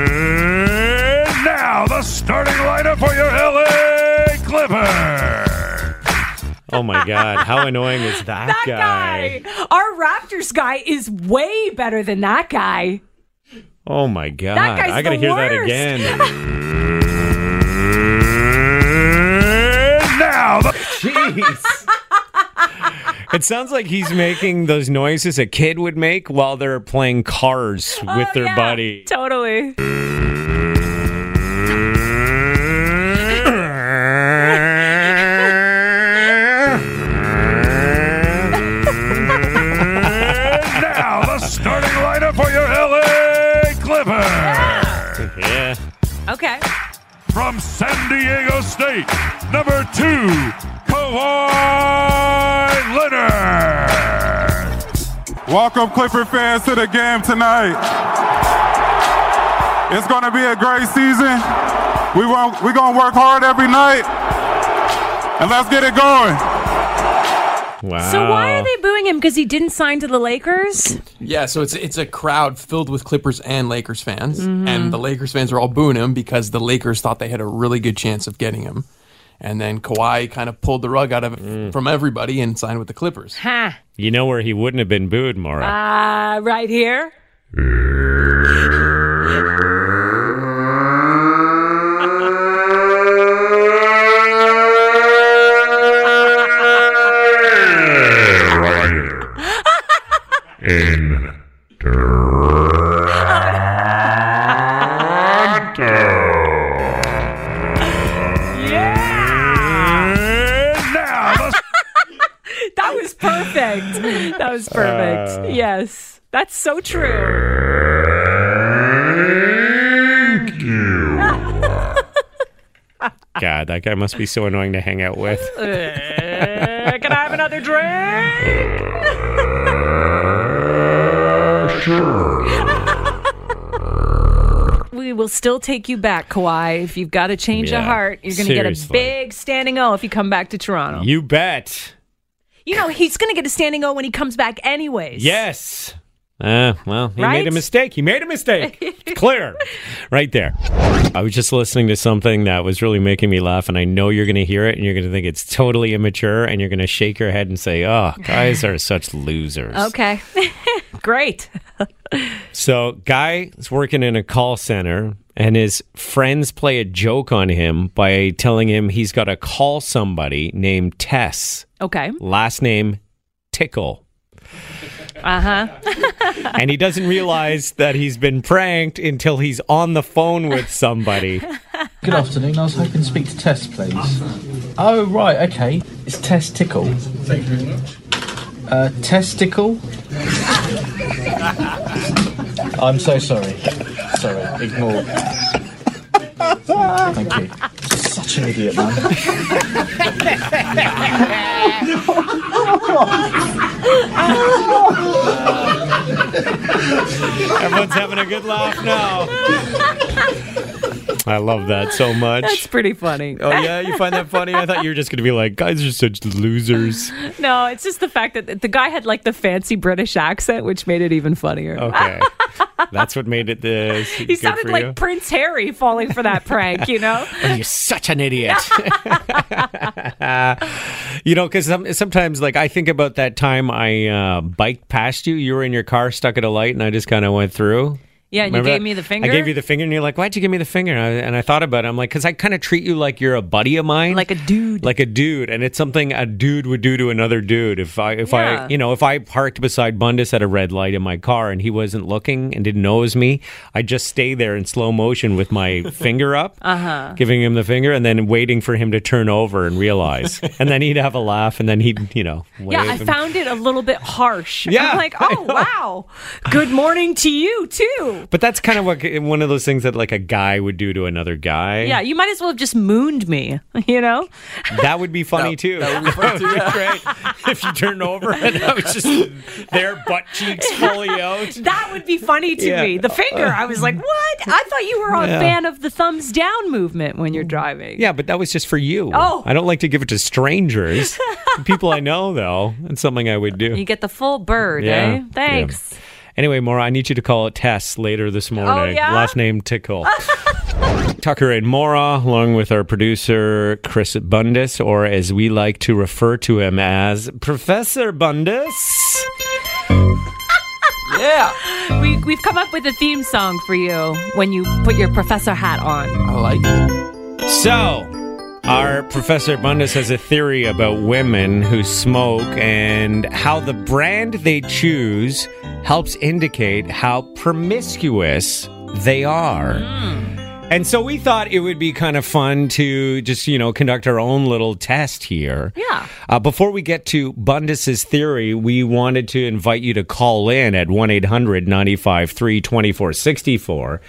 Speaker 7: And now the starting lineup for your LA Clippers.
Speaker 4: Oh my God. How annoying is that, guy?
Speaker 5: Our Raptors guy is way better than that guy.
Speaker 4: Oh my God.
Speaker 5: guy's
Speaker 4: I got to
Speaker 5: the
Speaker 4: hear that
Speaker 5: worst.
Speaker 4: again.
Speaker 7: Now the
Speaker 4: Jeez. It sounds like he's making those noises a kid would make while they're playing cars with their buddy.
Speaker 5: Oh, Totally.
Speaker 7: now the starting lineup for your LA Clippers.
Speaker 4: Yeah.
Speaker 5: Okay.
Speaker 7: From San Diego State, number two, Kawhi Leonard.
Speaker 16: Welcome, Clipper fans, to the game tonight. It's going to be a great season. We won't, we're going to work hard every night. And let's get it going.
Speaker 4: Wow.
Speaker 5: So why are they booing him? Because he didn't sign to the Lakers?
Speaker 6: Yeah, so it's it's a crowd filled with Clippers and Lakers fans,
Speaker 5: Mhm.
Speaker 6: and the Lakers fans are all booing him because the Lakers thought they had a really good chance of getting him, and then Kawhi kind of pulled the rug out of it from everybody and signed with the Clippers.
Speaker 5: Ha.
Speaker 4: Mm. You know where he wouldn't have been booed, Maura.
Speaker 5: Ah, right here.
Speaker 7: In
Speaker 5: That was perfect. That was perfect.
Speaker 7: Uh.
Speaker 5: yes. That's so true. Uh,
Speaker 7: Thank you.
Speaker 4: God, that guy must be so annoying to hang out with.
Speaker 5: Uh, can I have another We will still take you back, Kawhi. If you've got to change
Speaker 4: Yeah,
Speaker 5: of heart, you're going to get a
Speaker 4: seriously.
Speaker 5: big standing O if you come back to Toronto.
Speaker 4: You bet.
Speaker 5: You know, he's going to get a standing O when he comes back, anyways.
Speaker 4: Yes. Uh, well, he
Speaker 5: Right?
Speaker 4: made a mistake. He made a mistake. It's clear. right there. I was just listening to something that was really making me laugh, and I know you're going to hear it, and you're going to think it's totally immature, and you're going to shake your head and say, oh, guys are such losers.
Speaker 5: Okay. Great.
Speaker 4: So, guy is working in a call center, and his friends play a joke on him by telling him he's got to call somebody named Tess,
Speaker 5: Okay.
Speaker 4: last name Tickle.
Speaker 5: Uh huh.
Speaker 4: and he doesn't realize that he's been pranked until he's on the phone with somebody.
Speaker 17: Good afternoon. I was hoping to speak to Tess, please. Oh, right. Okay. It's Tess Tickle. Thank you very much. Uh, testicle. I'm so sorry. Sorry. Ignore. Thank you. Such an idiot, man.
Speaker 4: Everyone's having a good laugh now. I love that so much.
Speaker 5: That's pretty funny.
Speaker 4: Oh yeah, you find that funny? I thought you were just gonna be like, guys are such losers.
Speaker 5: No, it's just the fact that th- the guy had like the fancy British accent, which made it even funnier.
Speaker 4: Okay, that's what made it the.
Speaker 5: He sounded like Prince Harry falling for that prank, you know?
Speaker 4: Oh, you're such an idiot. you know, because some, sometimes, like, I think about that time I uh, biked past you. You were in your car, stuck at a light, and I just kind of went through.
Speaker 5: Yeah, and you
Speaker 4: Remember
Speaker 5: gave
Speaker 4: that?
Speaker 5: me the
Speaker 4: I
Speaker 5: finger?
Speaker 4: gave you the finger, and you're like, "Why'd you give me the finger?" And I, and I thought about it. I'm like, "Cause I kind of treat you like you're a buddy of mine, like
Speaker 5: a dude,
Speaker 4: like a dude." And it's something a dude would do to another dude. If I, if
Speaker 5: Yeah.
Speaker 4: I, you know, if I parked beside Bundus at a red light in my car and he wasn't looking and didn't know it was me, I'd just stay there in slow motion with my finger up,
Speaker 5: Uh huh.
Speaker 4: giving him the finger, and then waiting for him to turn over and realize, and then he'd have a laugh, and then he'd, you know, wave
Speaker 5: Yeah, I
Speaker 4: and-
Speaker 5: found it a little bit harsh.
Speaker 4: Yeah,
Speaker 5: I'm like, oh, wow. Good morning to you, too.
Speaker 4: But that's kind of what one of those things that like a guy would do to another guy.
Speaker 5: Yeah, you might as well have just mooned me, you know?
Speaker 4: That would be funny too. That would be funny too. great if you turned over and I was just there, butt cheeks fully out.
Speaker 5: That would be funny to
Speaker 4: Yeah.
Speaker 5: me. The finger, I was like, what? I thought you were a
Speaker 4: Yeah.
Speaker 5: fan of the thumbs down movement when you're driving.
Speaker 4: Yeah, but that was just for you.
Speaker 5: Oh.
Speaker 4: I don't like to give it to strangers. People I know though, that's something I would do.
Speaker 5: You get the full bird,
Speaker 4: Yeah.
Speaker 5: eh? Thanks. Oh,
Speaker 4: Anyway, Maura, I need you to call it Tess later this morning.
Speaker 5: yeah?
Speaker 4: Last name Tickle. Tucker and Mora, along with our producer Chris Bundus, or as we like to refer to him as Professor Bundus.
Speaker 5: Yeah. We, we've come up with a theme song for you when you put your professor hat on.
Speaker 4: I like it. So, our Professor Bundes has a theory about women who smoke and how the brand they choose helps indicate how promiscuous they are. Hmm. And so we thought it would be kind of fun to just, you know, conduct our own little test here.
Speaker 5: Yeah.
Speaker 4: Uh, before we get to Bundus's theory, we wanted to invite you to call in at 1 800 953 2464.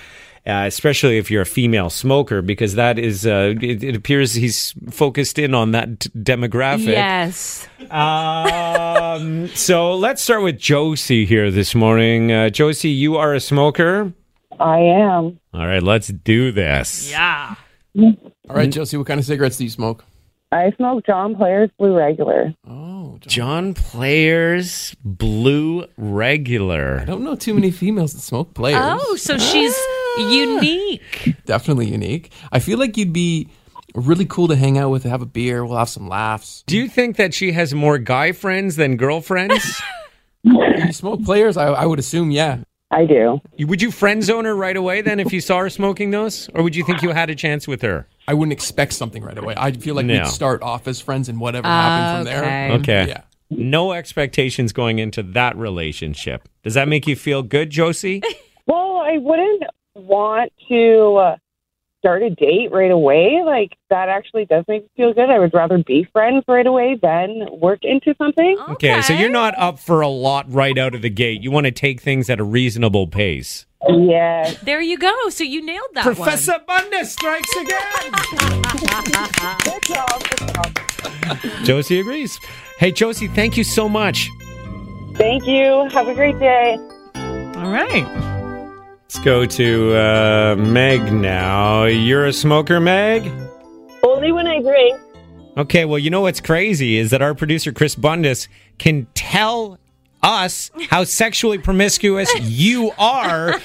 Speaker 4: uh, especially if you're a female smoker, because that is, uh, it, it appears he's focused in on that d- demographic.
Speaker 5: Yes.
Speaker 4: Um, so let's start with Josie here this morning. Uh, Josie, you are a smoker.
Speaker 8: I am.
Speaker 4: All right, let's do this.
Speaker 5: Yeah.
Speaker 6: All right, Josie, what kind of cigarettes do you smoke?
Speaker 8: I smoke John Player's Blue Regular.
Speaker 4: John Players Blue Regular.
Speaker 6: I don't know too many females that smoke players.
Speaker 5: Oh, so she's
Speaker 4: Ah.
Speaker 5: unique.
Speaker 6: Definitely unique. I feel like you'd be really cool to hang out with, have a beer, we'll have some laughs.
Speaker 4: Do you think that she has more guy friends than girlfriends?
Speaker 6: you smoke players? I, I would assume, yeah.
Speaker 8: I do.
Speaker 4: You- Would you friend zone her right away then if you saw her smoking those? Or would you think you had a chance with her?
Speaker 6: I wouldn't expect something right away. I feel like
Speaker 4: No.
Speaker 6: we'd start off as friends and whatever happened from there. Mm,
Speaker 4: Okay.
Speaker 6: Yeah.
Speaker 4: No expectations going into that relationship. Does that make you feel good, Josie?
Speaker 8: Well, I wouldn't want to uh, start a date right away. Like, that actually does make me feel good. I would rather be friends right away than work into something.
Speaker 4: Okay, so you're not up for a lot right out of the gate. You want to take things at a reasonable pace.
Speaker 5: Oh.
Speaker 8: Yeah.
Speaker 5: There you go. So you nailed that one.
Speaker 4: Professor Bunda strikes again. Josie agrees. Hey, Josie, thank you so much.
Speaker 8: Thank you. Have a great day.
Speaker 5: All right.
Speaker 4: Let's go to uh, Meg now. You're a smoker, Meg?
Speaker 18: Only when I drink.
Speaker 4: Okay, well, you know what's crazy is that our producer, Chris Bundis, can tell us how sexually promiscuous you are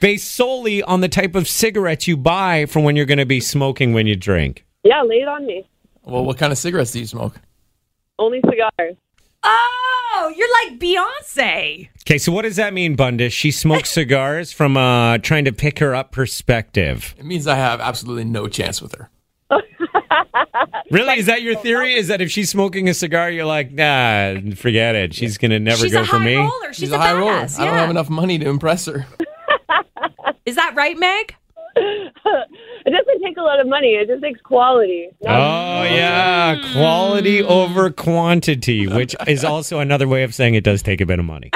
Speaker 4: based solely on the type of cigarettes you buy from when you're going to be smoking when you drink.
Speaker 18: Yeah, lay it on me.
Speaker 6: Well, what kind of cigarettes do you smoke?
Speaker 18: Only cigars.
Speaker 5: Oh, you're like Beyonce.
Speaker 4: Okay, so what does that mean, Bundis? She smokes cigars from a trying to pick her up perspective.
Speaker 6: It means I have absolutely no chance with her.
Speaker 4: Really? Is that your theory? Is that if she's smoking a cigar, you're like, nah, forget it. She's going to never
Speaker 5: She's
Speaker 4: go
Speaker 5: a
Speaker 4: for
Speaker 5: high
Speaker 4: me?
Speaker 5: roller. She's,
Speaker 6: She's a high roller.
Speaker 5: badass.
Speaker 6: I don't
Speaker 5: yeah.
Speaker 6: have enough money to impress her.
Speaker 5: Is that right, Meg?
Speaker 18: It doesn't take a lot of money. It just takes quality.
Speaker 4: Oh, yeah. Quality over quantity, which is also another way of saying it does take a bit of money.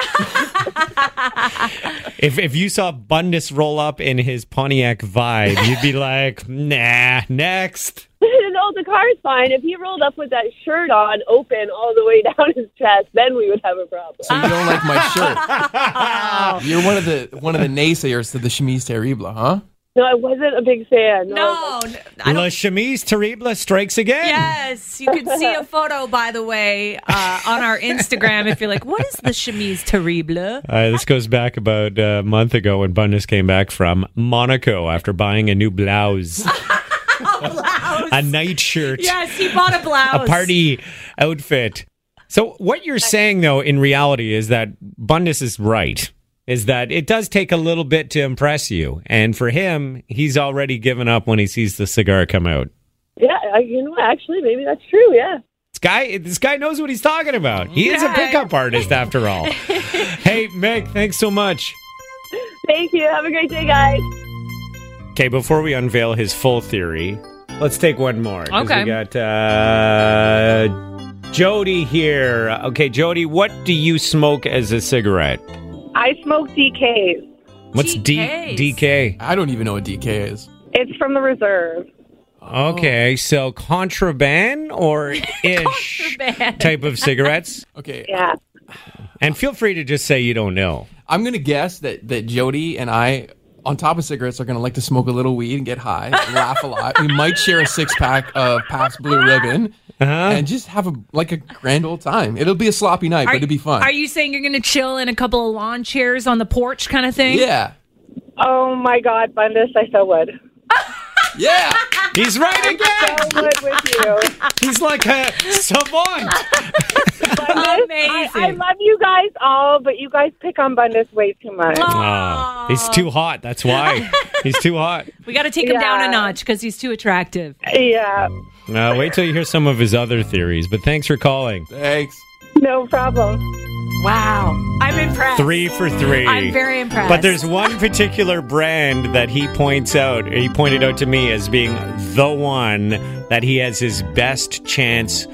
Speaker 4: if, if you saw Bundus roll up in his Pontiac vibe, you'd be like, nah, next.
Speaker 18: no, the car's fine. If he rolled up with that shirt on, open all the way down his chest, then we would have a problem.
Speaker 6: So you don't like my shirt. You're one of the one of the naysayers to the chemise terrible, huh?
Speaker 18: No, I wasn't a big fan. No,
Speaker 4: La chemise terrible strikes again.
Speaker 5: Yes, you can see a photo, by the way, uh, on our Instagram. If you're like, what is the chemise terrible?
Speaker 4: Uh, this goes back about a month ago when Bundus came back from Monaco after buying a new blouse, a nightshirt.
Speaker 5: Yes, he bought a blouse.
Speaker 4: a party outfit. So what you're saying though in reality is that Bundus is right. Is that it does take a little bit to impress you. And for him, he's already given up when he sees the cigar come out.
Speaker 18: Yeah, I, you know, actually, maybe that's true. Yeah.
Speaker 4: This guy this guy knows what he's talking about. He is a pickup artist after all. hey Meg, thanks so much.
Speaker 18: Thank you. Have a great day, guys.
Speaker 4: Okay, before we unveil his full theory, let's take one more. 'cause
Speaker 18: Okay.
Speaker 4: We got uh, Jody here. Okay, Jody, what do you smoke as a cigarette?
Speaker 19: I smoke DKs.
Speaker 4: What's D-
Speaker 19: DKs.
Speaker 4: DK?
Speaker 6: I don't even know what DK is. Oh.
Speaker 19: It's from the reserve.
Speaker 4: Okay, so contraband or ish type of cigarettes.
Speaker 6: Okay.
Speaker 19: Yeah.
Speaker 4: And feel free to just say you don't know.
Speaker 6: I'm gonna guess that that Jody and I, on top of cigarettes, are gonna like to smoke a little weed and get high, laugh a lot. We might share a six pack of Pabst Blue Ribbon
Speaker 4: Uh-huh.
Speaker 6: and just have a like a grand old time. It'll be a sloppy night, but it'll be fun.
Speaker 5: Are you saying you're going to chill in a couple of lawn chairs on the porch kind of thing?
Speaker 6: yeah.
Speaker 19: Oh my God, Bundus, I so would.
Speaker 6: Yeah.
Speaker 4: He's right again.
Speaker 19: So would with you.
Speaker 4: He's like a savant.
Speaker 19: Amazing. I, I love you guys all, but you guys pick on Bundus way too much.
Speaker 4: Oh, he's too hot. That's why. He's too hot.
Speaker 5: We got to take him down a notch because he's too attractive.
Speaker 19: Yeah.
Speaker 4: Uh, wait till you hear some of his other theories, but thanks for calling.
Speaker 6: Thanks.
Speaker 19: No problem.
Speaker 5: Wow. I'm impressed.
Speaker 4: Three for three.
Speaker 5: I'm very impressed.
Speaker 4: But there's one particular brand that he points out, he pointed out to me as being the one that he has his best chance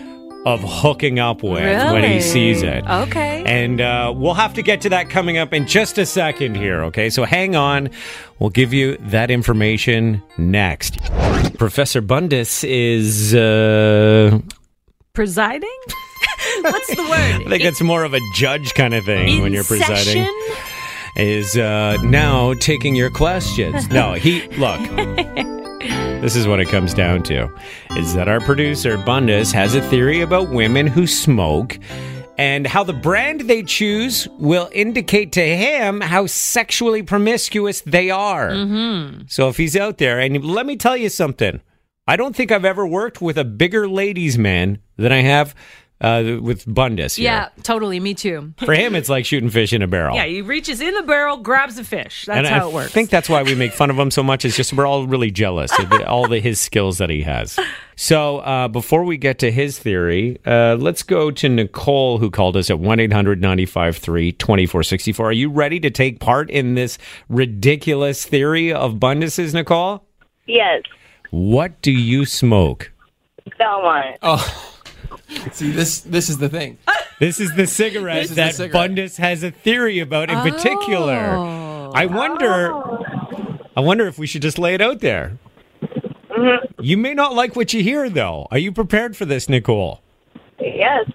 Speaker 4: of hooking up with when he
Speaker 5: Really?
Speaker 4: sees it.
Speaker 5: Okay.
Speaker 4: And uh, we'll have to get to that coming up in just a second here, okay? So hang on. We'll give you that information next. Professor Bundus is, uh,
Speaker 5: Presiding? What's the word?
Speaker 4: I think it's more of a judge kind of thing when you're presiding.
Speaker 5: session?
Speaker 4: Is uh, now taking your questions. No, he look. This is what it comes down to: is that our producer Bundes has a theory about women who smoke. And how the brand they choose will indicate to him how sexually promiscuous they are.
Speaker 5: Mm-hmm.
Speaker 4: So if he's out there, and let me tell you something, I don't think I've ever worked with a bigger ladies' man than I have uh, with Bundes. Here.
Speaker 5: Yeah, totally. Me too.
Speaker 4: For him, it's like shooting fish in a barrel.
Speaker 5: Yeah, he reaches in the barrel, grabs a fish. That's
Speaker 4: and
Speaker 5: how
Speaker 4: I
Speaker 5: it works.
Speaker 4: think that's why we make fun of him so much. Is just we're all really jealous of the- all the his skills that he has. So uh, before we get to his theory, uh, let's go to Nicole who called us at 1-800-953-2464. Are you ready to take part in this ridiculous theory of Bundus's, Nicole?
Speaker 19: Yes,
Speaker 4: What do you smoke?
Speaker 19: Belmont.
Speaker 6: Oh. See this this is the thing.
Speaker 4: This is the cigarette
Speaker 6: This is the
Speaker 4: that
Speaker 6: cigarette.
Speaker 4: Bundus has a theory about in particular.
Speaker 5: Oh.
Speaker 4: I wonder I wonder if we should just lay it out there.
Speaker 5: Mm-hmm.
Speaker 4: You may not like what you hear, though. Are you prepared for this, Nicole?
Speaker 6: Yes.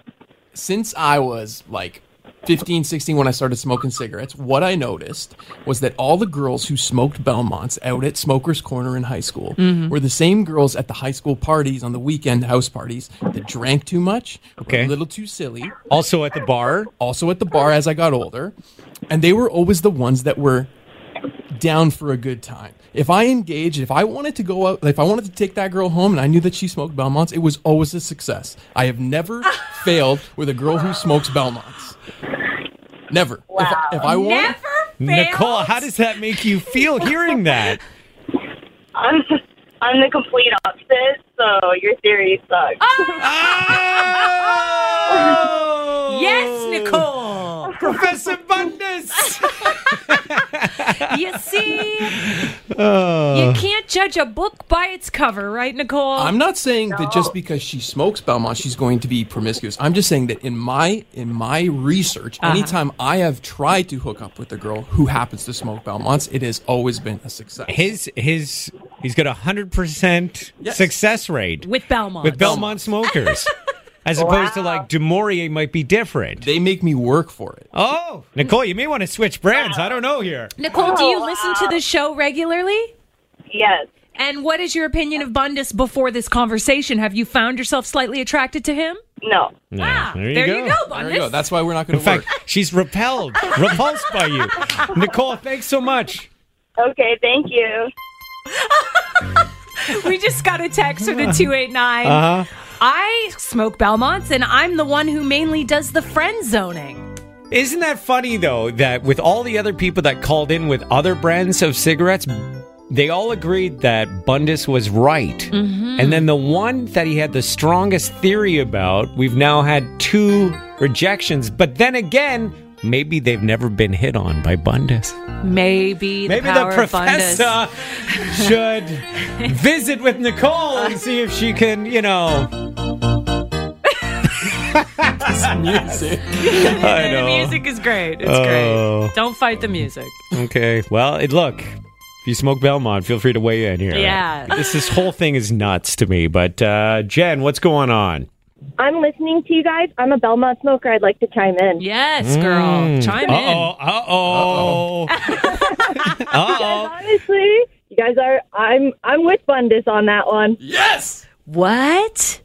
Speaker 6: Since I was like 15, 16 when I started smoking cigarettes, what I noticed was that all the girls who smoked Belmonts out at Smoker's Corner in high school
Speaker 20: Mhm.
Speaker 6: were the same girls at the high school parties on the weekend house parties that drank too much,
Speaker 4: Okay.
Speaker 6: were a little too silly.
Speaker 4: Also at the bar?
Speaker 6: Also at the bar as I got older. And they were always the ones that were down for a good time. If I engaged, if I wanted to go out, if I wanted to take that girl home and I knew that she smoked Belmonts, it was always a success. I have never
Speaker 5: Ah.
Speaker 6: failed with a girl who smokes Belmonts. Never. Wow. If, I- if I want,
Speaker 4: Nicole, how does that make you feel hearing that?
Speaker 19: I'm, I'm the complete opposite, so your theory sucks.
Speaker 5: Oh, Yes, Nicole.
Speaker 4: Professor Bundes.
Speaker 5: you see, you
Speaker 6: Uh.
Speaker 5: can't judge a book by its cover, right, Nicole?
Speaker 6: I'm not saying that just because she smokes Belmont, she's going to be promiscuous. I'm just saying that in my in my research,
Speaker 5: Uh-huh.
Speaker 6: anytime I have tried to hook up with a girl who happens to smoke Belmonts, it has always been a success.
Speaker 4: His his he's got a hundred percent success rate
Speaker 5: with Belmont.
Speaker 4: with Belmont smokers, as opposed to like Demorier might be different.
Speaker 6: They make me work for it.
Speaker 4: Oh, Nicole, you may want to switch brands. I don't know here.
Speaker 5: Nicole, do you listen to the show regularly?
Speaker 19: Yes.
Speaker 5: And what is your opinion of Bundes before this conversation? Have you found yourself slightly attracted to him?
Speaker 19: No.
Speaker 4: Ah, there you
Speaker 5: there
Speaker 4: go.
Speaker 5: you go, Bundes.
Speaker 6: There you go. That's why we're not going
Speaker 4: In
Speaker 6: to
Speaker 4: fact,
Speaker 6: work.
Speaker 4: she's repelled, repulsed by you. Nicole, thanks so much.
Speaker 19: Okay, thank you.
Speaker 5: we just got a text from the 289.
Speaker 4: Uh-huh.
Speaker 5: I smoke Belmonts, and I'm the one who mainly does the friend zoning.
Speaker 4: Isn't that funny though that with all the other people that called in with other brands of cigarettes, they all agreed that Bundes was right. And then the one that he had the strongest theory about, we've now had two rejections. But then again, maybe they've never been hit on by Bundes.
Speaker 5: Maybe the
Speaker 4: Maybe the
Speaker 5: power of Bundes.
Speaker 4: professor should visit with Nicole and see if she can, you know.
Speaker 6: music.
Speaker 4: I know.
Speaker 5: The music is great. It's
Speaker 4: Oh.
Speaker 5: great. Don't fight the music.
Speaker 4: Okay. Well, it, look, if you smoke Belmont, feel free to weigh in here.
Speaker 5: Yeah.
Speaker 4: This, this whole thing is nuts to me. But, uh, Jen, what's going on?
Speaker 19: I'm listening to you guys. I'm a Belmont smoker. I'd like to chime in.
Speaker 5: Yes,
Speaker 4: Mm. Uh-oh, Uh-oh. Uh-oh.
Speaker 19: Honestly, you guys are. I'm. I'm with Bundes on that one.
Speaker 6: Yes.
Speaker 5: What?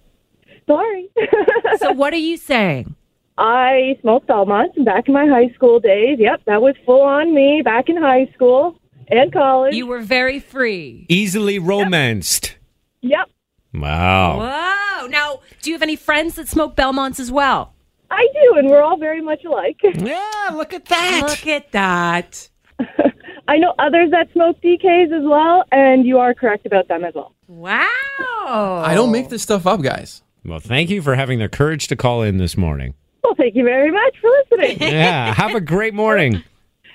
Speaker 19: Sorry.
Speaker 5: so what are you saying?
Speaker 19: I smoked Belmonts back in my high school days. Yep, that was full on me back in high school and college.
Speaker 5: You were very free.
Speaker 4: Easily romanced.
Speaker 19: Yep.
Speaker 4: Wow.
Speaker 5: Wow. Now, do you have any friends that smoke Belmonts as well?
Speaker 19: I do, and we're all very much alike.
Speaker 4: Yeah, look at that.
Speaker 5: Look at that.
Speaker 19: I know others that smoke DKs as well, and you are correct about them as well.
Speaker 5: Wow.
Speaker 6: I don't make this stuff up, guys.
Speaker 4: Well, thank you for having the courage to call in this morning.
Speaker 19: Well, thank you very much for listening.
Speaker 4: Yeah. have a great morning.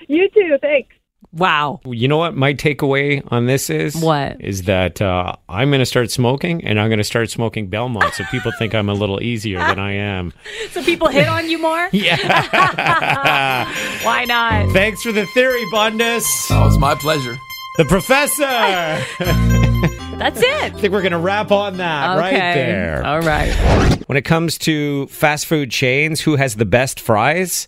Speaker 19: You too. Thanks.
Speaker 5: Wow.
Speaker 4: You know what my takeaway on this is?
Speaker 5: What?
Speaker 4: Is that uh, I'm going to start smoking and I'm going to start smoking Belmont so people think I'm a little easier than I am.
Speaker 5: So people hit on you more?
Speaker 4: Yeah.
Speaker 5: Why not?
Speaker 4: Thanks for the theory, Bundus.
Speaker 6: Oh, it's my pleasure.
Speaker 4: The professor.
Speaker 5: That's it. I
Speaker 4: think we're going to wrap on that right
Speaker 5: Okay.
Speaker 4: there.
Speaker 5: All right.
Speaker 4: When it comes to fast food chains, who has the best fries?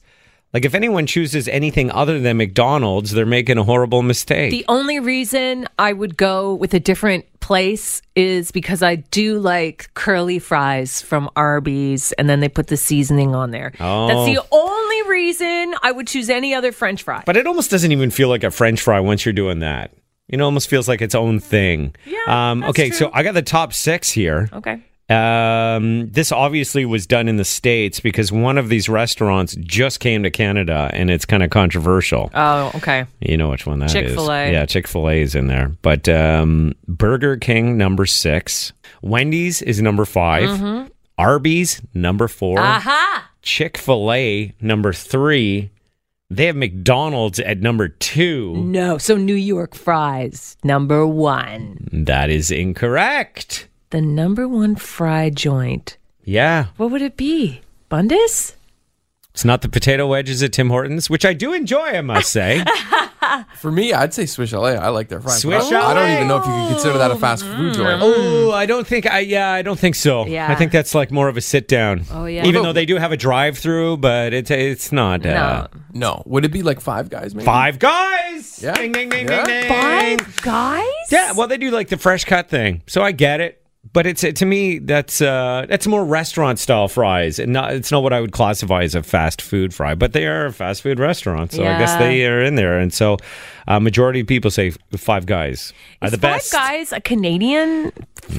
Speaker 4: Like, if anyone chooses anything other than McDonald's, they're making a horrible mistake.
Speaker 5: The only reason I would go with a different place is because I do like curly fries from Arby's and then they put the seasoning on there.
Speaker 4: Oh.
Speaker 5: That's the only reason I would choose any other french fry.
Speaker 4: But it almost doesn't even feel like a French fry once you're doing that. It almost feels like its own thing. Yeah. Um, okay, so I got the top six here.
Speaker 5: Okay.
Speaker 4: Um, this obviously was done in the States because one of these restaurants just came to Canada and it's kind of controversial.
Speaker 5: Oh, okay.
Speaker 4: You know which one that is.
Speaker 5: Chick-fil-A.
Speaker 4: Yeah, Chick fil A is in there. But um, Burger King, number six. Wendy's is number 5
Speaker 5: Mhm.
Speaker 4: Arby's, number four.
Speaker 5: Ah, Aha.
Speaker 4: Chick fil A, number three. They have McDonald's at number two.
Speaker 5: No, so New York fries, number one.
Speaker 4: That is incorrect.
Speaker 5: The number one fry joint.
Speaker 4: Yeah.
Speaker 5: What would it be? Bundes?
Speaker 4: It's not the potato wedges at Tim Hortons, which I do enjoy, I must say.
Speaker 6: For me, I'd say Swish LA. I like their fries. but
Speaker 4: Swish
Speaker 6: I, I don't
Speaker 4: LA.
Speaker 6: even know if you could consider that a fast food joint.
Speaker 4: Oh, I don't think I. Yeah, I don't think so.
Speaker 5: Mm. Yeah.
Speaker 4: I think that's like more of a sit down.
Speaker 5: Oh, yeah.
Speaker 4: Even though they do have a drive through, but it's it's not. Uh,
Speaker 6: no. Would it be like Five Guys? Maybe?
Speaker 4: Five Guys. Yeah. Ding ding ding ding ding. Five
Speaker 5: Guys.
Speaker 4: Yeah. Well, they do like the fresh cut thing, so I get it. But it's to me that's uh, that's more restaurant style fries, and not it's not what I would classify as a fast food fry. But they are a fast food restaurant, so I guess
Speaker 5: Yeah.
Speaker 4: they are in there. And so, uh, majority of people say Five Guys are the
Speaker 5: Five
Speaker 4: best.
Speaker 5: Guys, a Canadian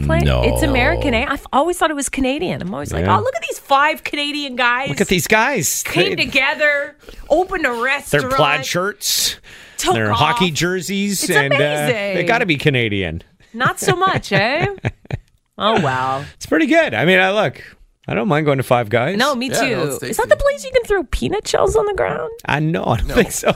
Speaker 5: play?
Speaker 4: No.
Speaker 5: It's American, eh? I've always thought it was Canadian. I'm always like,
Speaker 4: Yeah.
Speaker 5: oh, look at these five Canadian guys.
Speaker 4: Look at these guys.
Speaker 5: Came
Speaker 4: They-
Speaker 5: together, opened a
Speaker 4: their
Speaker 5: restaurant.
Speaker 4: plaid shirts,
Speaker 5: Took
Speaker 4: their
Speaker 5: off.
Speaker 4: hockey jerseys,
Speaker 5: It's
Speaker 4: and uh,
Speaker 5: amazing.
Speaker 4: they got to be Canadian.
Speaker 5: Not so much, eh? Oh, wow.
Speaker 4: It's pretty good. I mean, I look. I don't mind going to Five Guys.
Speaker 5: No, me too. Is that the place you can throw peanut shells on the ground?
Speaker 4: I know. I don't think so.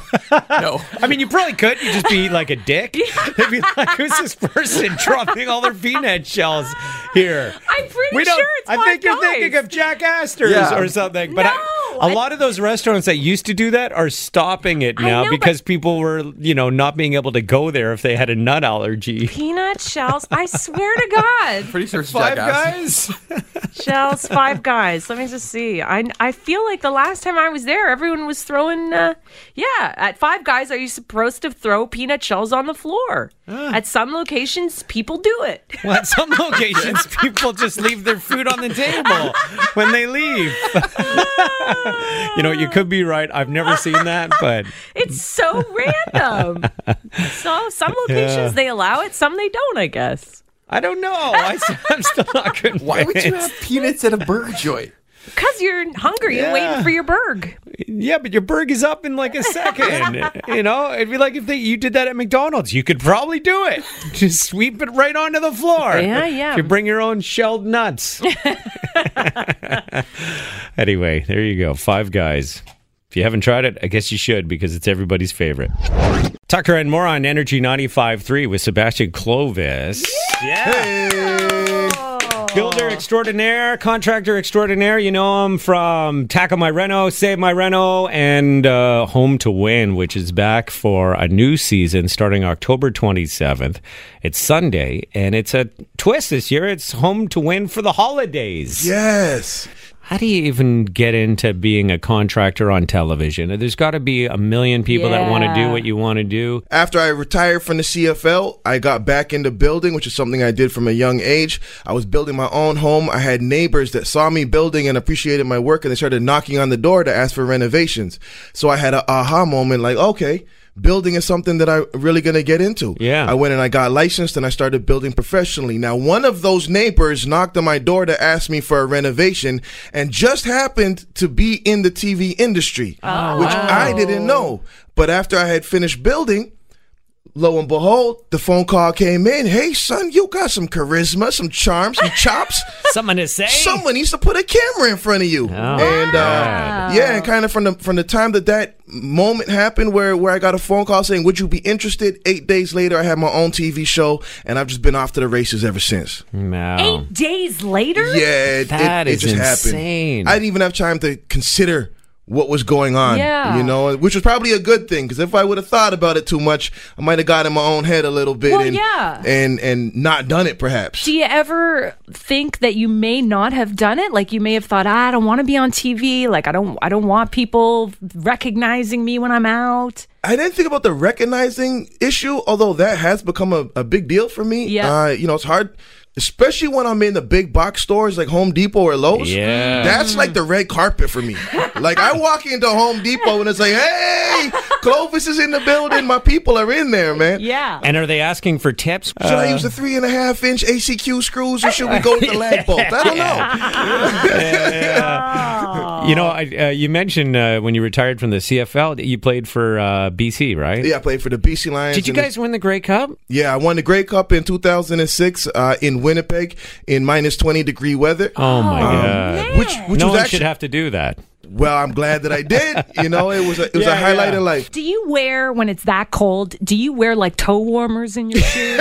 Speaker 4: no. I mean, you probably could. You just be like a dick. They'd be like, "Who's this person dropping all their peanut shells here?"
Speaker 5: I'm pretty
Speaker 4: We don't-
Speaker 5: sure it's
Speaker 4: I
Speaker 5: Five
Speaker 4: think you're
Speaker 5: Guys.
Speaker 4: thinking of Jack Astor's
Speaker 6: Yeah.
Speaker 4: or something. But I, a lot of those restaurants that used to do that are stopping it
Speaker 5: I
Speaker 4: now
Speaker 5: know, but-
Speaker 4: because people were, you know, not being able to go there if they had a nut allergy.
Speaker 5: Peanut shells. I swear to God.
Speaker 6: Pretty sure it's
Speaker 4: Five
Speaker 6: Jackass.
Speaker 5: shells, five guys. Let me just see. I I feel like the last time I was there, everyone was throwing. Uh, yeah, at Five Guys, are you supposed to throw peanut shells on the floor? At some locations, people do it.
Speaker 4: Well, at some locations, people just leave their food on the table when they leave. you know, you could be right. I've never seen that, but
Speaker 5: It's so random. So some locations
Speaker 4: Yeah.
Speaker 5: they allow it, some they don't. I guess.
Speaker 4: I don't know. I, am still not convinced.
Speaker 6: Why would you have peanuts at a burger joint?
Speaker 5: Because you're hungry and waiting
Speaker 4: Yeah.
Speaker 5: for your burg.
Speaker 4: Yeah, but your burg is up in like a second. you know, it'd be like if they, you did that at McDonald's, you could probably do it. Just sweep it right onto the floor.
Speaker 5: Yeah, yeah.
Speaker 4: If you bring your own shelled nuts. anyway, there you go. Five guys. If you haven't tried it, I guess you should because it's everybody's favorite. Tucker and more on Energy 95.3 with Sebastian Clovis.
Speaker 5: Oh.
Speaker 4: Builder extraordinaire, contractor extraordinaire. You know him from Tackle My Reno, Save My Reno, and uh, Home to Win, which is back for a new season starting October 27th. It's Sunday, and it's a twist this year. It's Home to Win for the holidays.
Speaker 10: Yes.
Speaker 4: How do you even get into being a contractor on television? There's got to be a million people that want to do
Speaker 20: Yeah.
Speaker 4: what you want to do.
Speaker 20: After I retired from the CFL, I got back into building, which is something I did from a young age. I was building my own home. I had neighbors that saw me building and appreciated my work, and they started knocking on the door to ask for renovations. So I had an aha moment like, okay, building is something that I'm really going to get into.
Speaker 4: Yeah.
Speaker 20: I went and I got licensed and I started building professionally. Now, one of those neighbors knocked on my door to ask me for a renovation and just happened to be in the TV industry, which I didn't know. But after I had finished building, lo and behold, the phone call came in. Hey, son, you got some charisma, some charm, some chops.
Speaker 4: Someone to say. Oh.
Speaker 20: Someone needs to put a camera in front of you. and uh, yeah, and kind of from the from the time that that moment happened, where where I got a phone call saying, "Would you be interested?" Eight days later, I had my own TV show, and I've just been off to the races ever since.
Speaker 4: No.
Speaker 5: Eight days later.
Speaker 20: Yeah, it,
Speaker 4: That
Speaker 20: it,
Speaker 4: is
Speaker 20: it just
Speaker 4: insane.
Speaker 20: happened. I didn't even have time to consider what was going on.
Speaker 5: Yeah.
Speaker 20: You know, which was probably a good thing because if I would have thought about it too much, I might have got in my own head a little bit
Speaker 5: Well,
Speaker 20: and,
Speaker 5: yeah.
Speaker 20: and and not done it perhaps.
Speaker 5: Do you ever think that you may not have done it? Like you may have thought, "Ah, I don't want to be on TV. Like I don't, I don't want people recognizing me when I'm out.
Speaker 20: I didn't think about the recognizing issue, although that has become a, a big deal for me.
Speaker 5: Yeah.
Speaker 20: Uh, you know, it's hard, especially when I'm in the big box stores like Home Depot or Lowe's.
Speaker 4: Yeah.
Speaker 20: That's like the red carpet for me. like, I walk into Home Depot and it's like, hey, Clovis is in the building. My people are in there, man.
Speaker 5: Yeah.
Speaker 4: And are they asking for tips?
Speaker 20: Should I
Speaker 4: Uh,
Speaker 20: use the three and a half inch ACQ screws or should we go with the lag bolt? I don't know.
Speaker 4: You know, I, uh, you mentioned uh, when you retired from the CFL, that you played for uh, BC, right?
Speaker 20: Yeah, I played for the BC Lions.
Speaker 4: Did you
Speaker 20: and the-
Speaker 4: guys win the Grey Cup?
Speaker 20: Yeah, I won the Grey Cup in 2006 uh, in Winnipeg in minus 20 degree weather. Um,
Speaker 4: Oh my God!
Speaker 20: Which, which
Speaker 4: no
Speaker 20: was
Speaker 4: one
Speaker 20: actually
Speaker 4: should have to do that.
Speaker 20: well, I'm glad that I did. You know, it was a, it was a highlight of life.
Speaker 5: Do you wear when it's that cold? Do you wear like toe warmers in your shoes?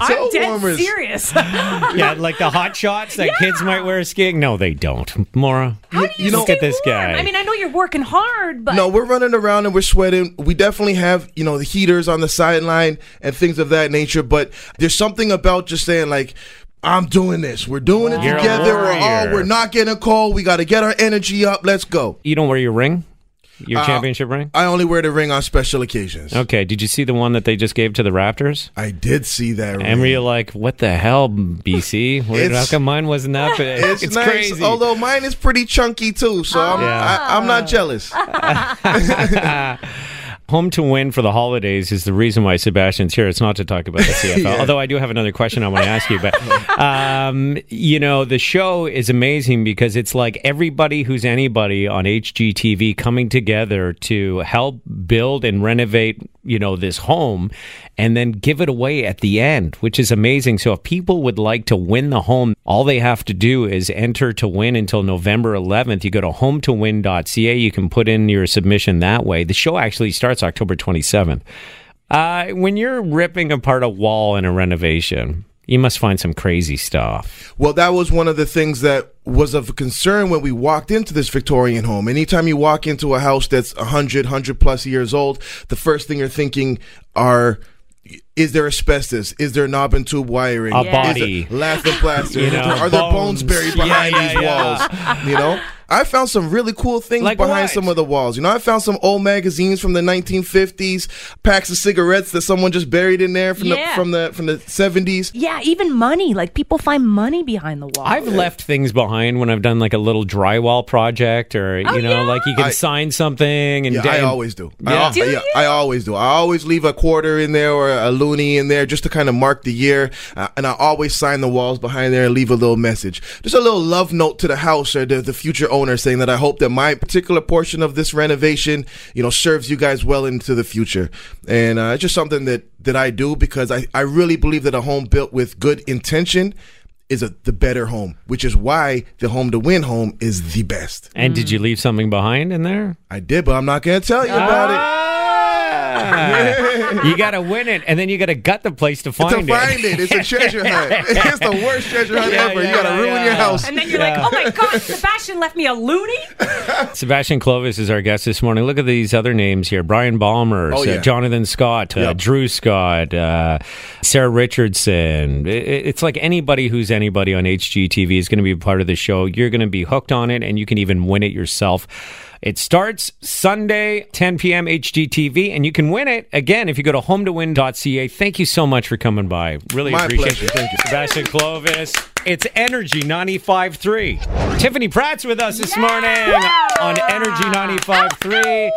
Speaker 5: I'm dead
Speaker 4: warmers.
Speaker 5: serious.
Speaker 4: yeah, like the hot shots that kids might wear skiing. No, they don't. Mora,
Speaker 5: How do you
Speaker 4: look
Speaker 5: stay
Speaker 4: at this guy.
Speaker 5: I mean, I know you're working hard, but
Speaker 20: no, we're running around and we're sweating. We definitely have, you know, the heaters on the sideline and things of that nature. But there's something about just saying like, I'm doing this. We're doing it
Speaker 4: You're a
Speaker 20: together. We're all.
Speaker 4: warrior.
Speaker 20: We're not getting a call. We got to get our energy up. Let's go.
Speaker 4: you don't wear your ring, your
Speaker 20: Uh,
Speaker 4: championship ring.
Speaker 20: I only wear the ring on special occasions.
Speaker 4: Okay, did you see the one that they just gave to the Raptors?
Speaker 20: I did see that.
Speaker 4: And were you like, what the hell, BC? Where, how
Speaker 20: It's-
Speaker 4: come mine wasn't up? It's,
Speaker 20: It's, nice, Oh,
Speaker 4: crazy.
Speaker 20: although mine is pretty chunky too. So I'm,
Speaker 4: Yeah.
Speaker 20: I, I'm not jealous.
Speaker 4: Home to win for the holidays is the reason why Sebastian's here. It's not to talk about the CFL,
Speaker 20: Yeah.
Speaker 4: although I do have another question I want to ask you. But um, you know, the show is amazing because it's like everybody who's anybody on HGTV coming together to help build and renovate, you know, this home, and then give it away at the end, which is amazing. So if people would like to win the home, all they have to do is enter to win until November 11th. You go to hometowin.ca. You can put in your submission that way. The show actually starts October 27th. Uh, when you're ripping apart a wall in a renovation, you must find some crazy stuff.
Speaker 20: Well, that was one of the things that was of concern when we walked into this Victorian home. Anytime you walk into a house that's 100, 100 plus years old, the first thing you're thinking are is there asbestos? Is there knob and tube wiring?
Speaker 4: A
Speaker 20: Is there
Speaker 4: body.
Speaker 20: Lath and plaster?
Speaker 4: You
Speaker 20: Is there-
Speaker 4: know,
Speaker 20: are there bones,
Speaker 4: bones.
Speaker 20: buried
Speaker 4: Yeah,
Speaker 20: behind
Speaker 4: yeah,
Speaker 20: these
Speaker 4: yeah.
Speaker 20: walls? You know? I found some really cool things behind some of the walls. You know, I found some old magazines from the 1950s, packs of cigarettes that someone just buried in there from
Speaker 5: Yeah.
Speaker 20: the from the from the 70s.
Speaker 5: yeah, even money. Like people find money behind the wall.
Speaker 4: I've left things behind when I've done like a little drywall project or, you know, like you can
Speaker 20: I-
Speaker 4: sign something. And
Speaker 20: Oh, Yeah, I always do. I, al-
Speaker 4: Yeah.
Speaker 20: yeah, I always do. I always leave a quarter in there or a loony in there just to kind of mark the year. Uh, and I always sign the walls behind there and leave a little message. Just a little love note to the house or the, the future owner saying that I hope that my particular portion of this renovation, you know, serves you guys well into the future. And uh, it's just something that, that I do because I, I really believe that a home built with good intention is a, the better home, which is why the home to win home is the best.
Speaker 4: And did you leave something behind in there?
Speaker 20: I did, but I'm not going to tell you about it.
Speaker 4: Ah. you got to win it, and then you got to gut the place to
Speaker 20: to
Speaker 4: find it.
Speaker 20: find it. It's a treasure hunt. It's the worst treasure hunt
Speaker 4: Yeah,
Speaker 20: ever.
Speaker 4: yeah,
Speaker 20: you gotta ruin
Speaker 4: yeah.
Speaker 20: your house.
Speaker 5: And then you're
Speaker 4: Yeah.
Speaker 5: like, oh my God, Sebastian left me a loony?
Speaker 4: Sebastian Clovis is our guest this morning. Look at these other names here: Brian Balmer,
Speaker 20: Oh, yeah.
Speaker 4: uh, Jonathan Scott, uh,
Speaker 20: Yep.
Speaker 4: Drew Scott, uh, Sarah Richardson. I- I- it's like anybody who's anybody on HGTV is going to be a part of the show. You're going to be hooked on it, and you can even win it yourself. It starts Sunday, 10 p.m. HGTV, and you can win it again if you go to hometowin.ca. Thank you so much for coming by. Really
Speaker 20: My
Speaker 4: appreciate
Speaker 20: pleasure.
Speaker 4: it.
Speaker 20: Thank you.
Speaker 4: Sebastian Clovis. It's Energy 95.3. Tiffany Pratt's with us this morning on Energy 95.3.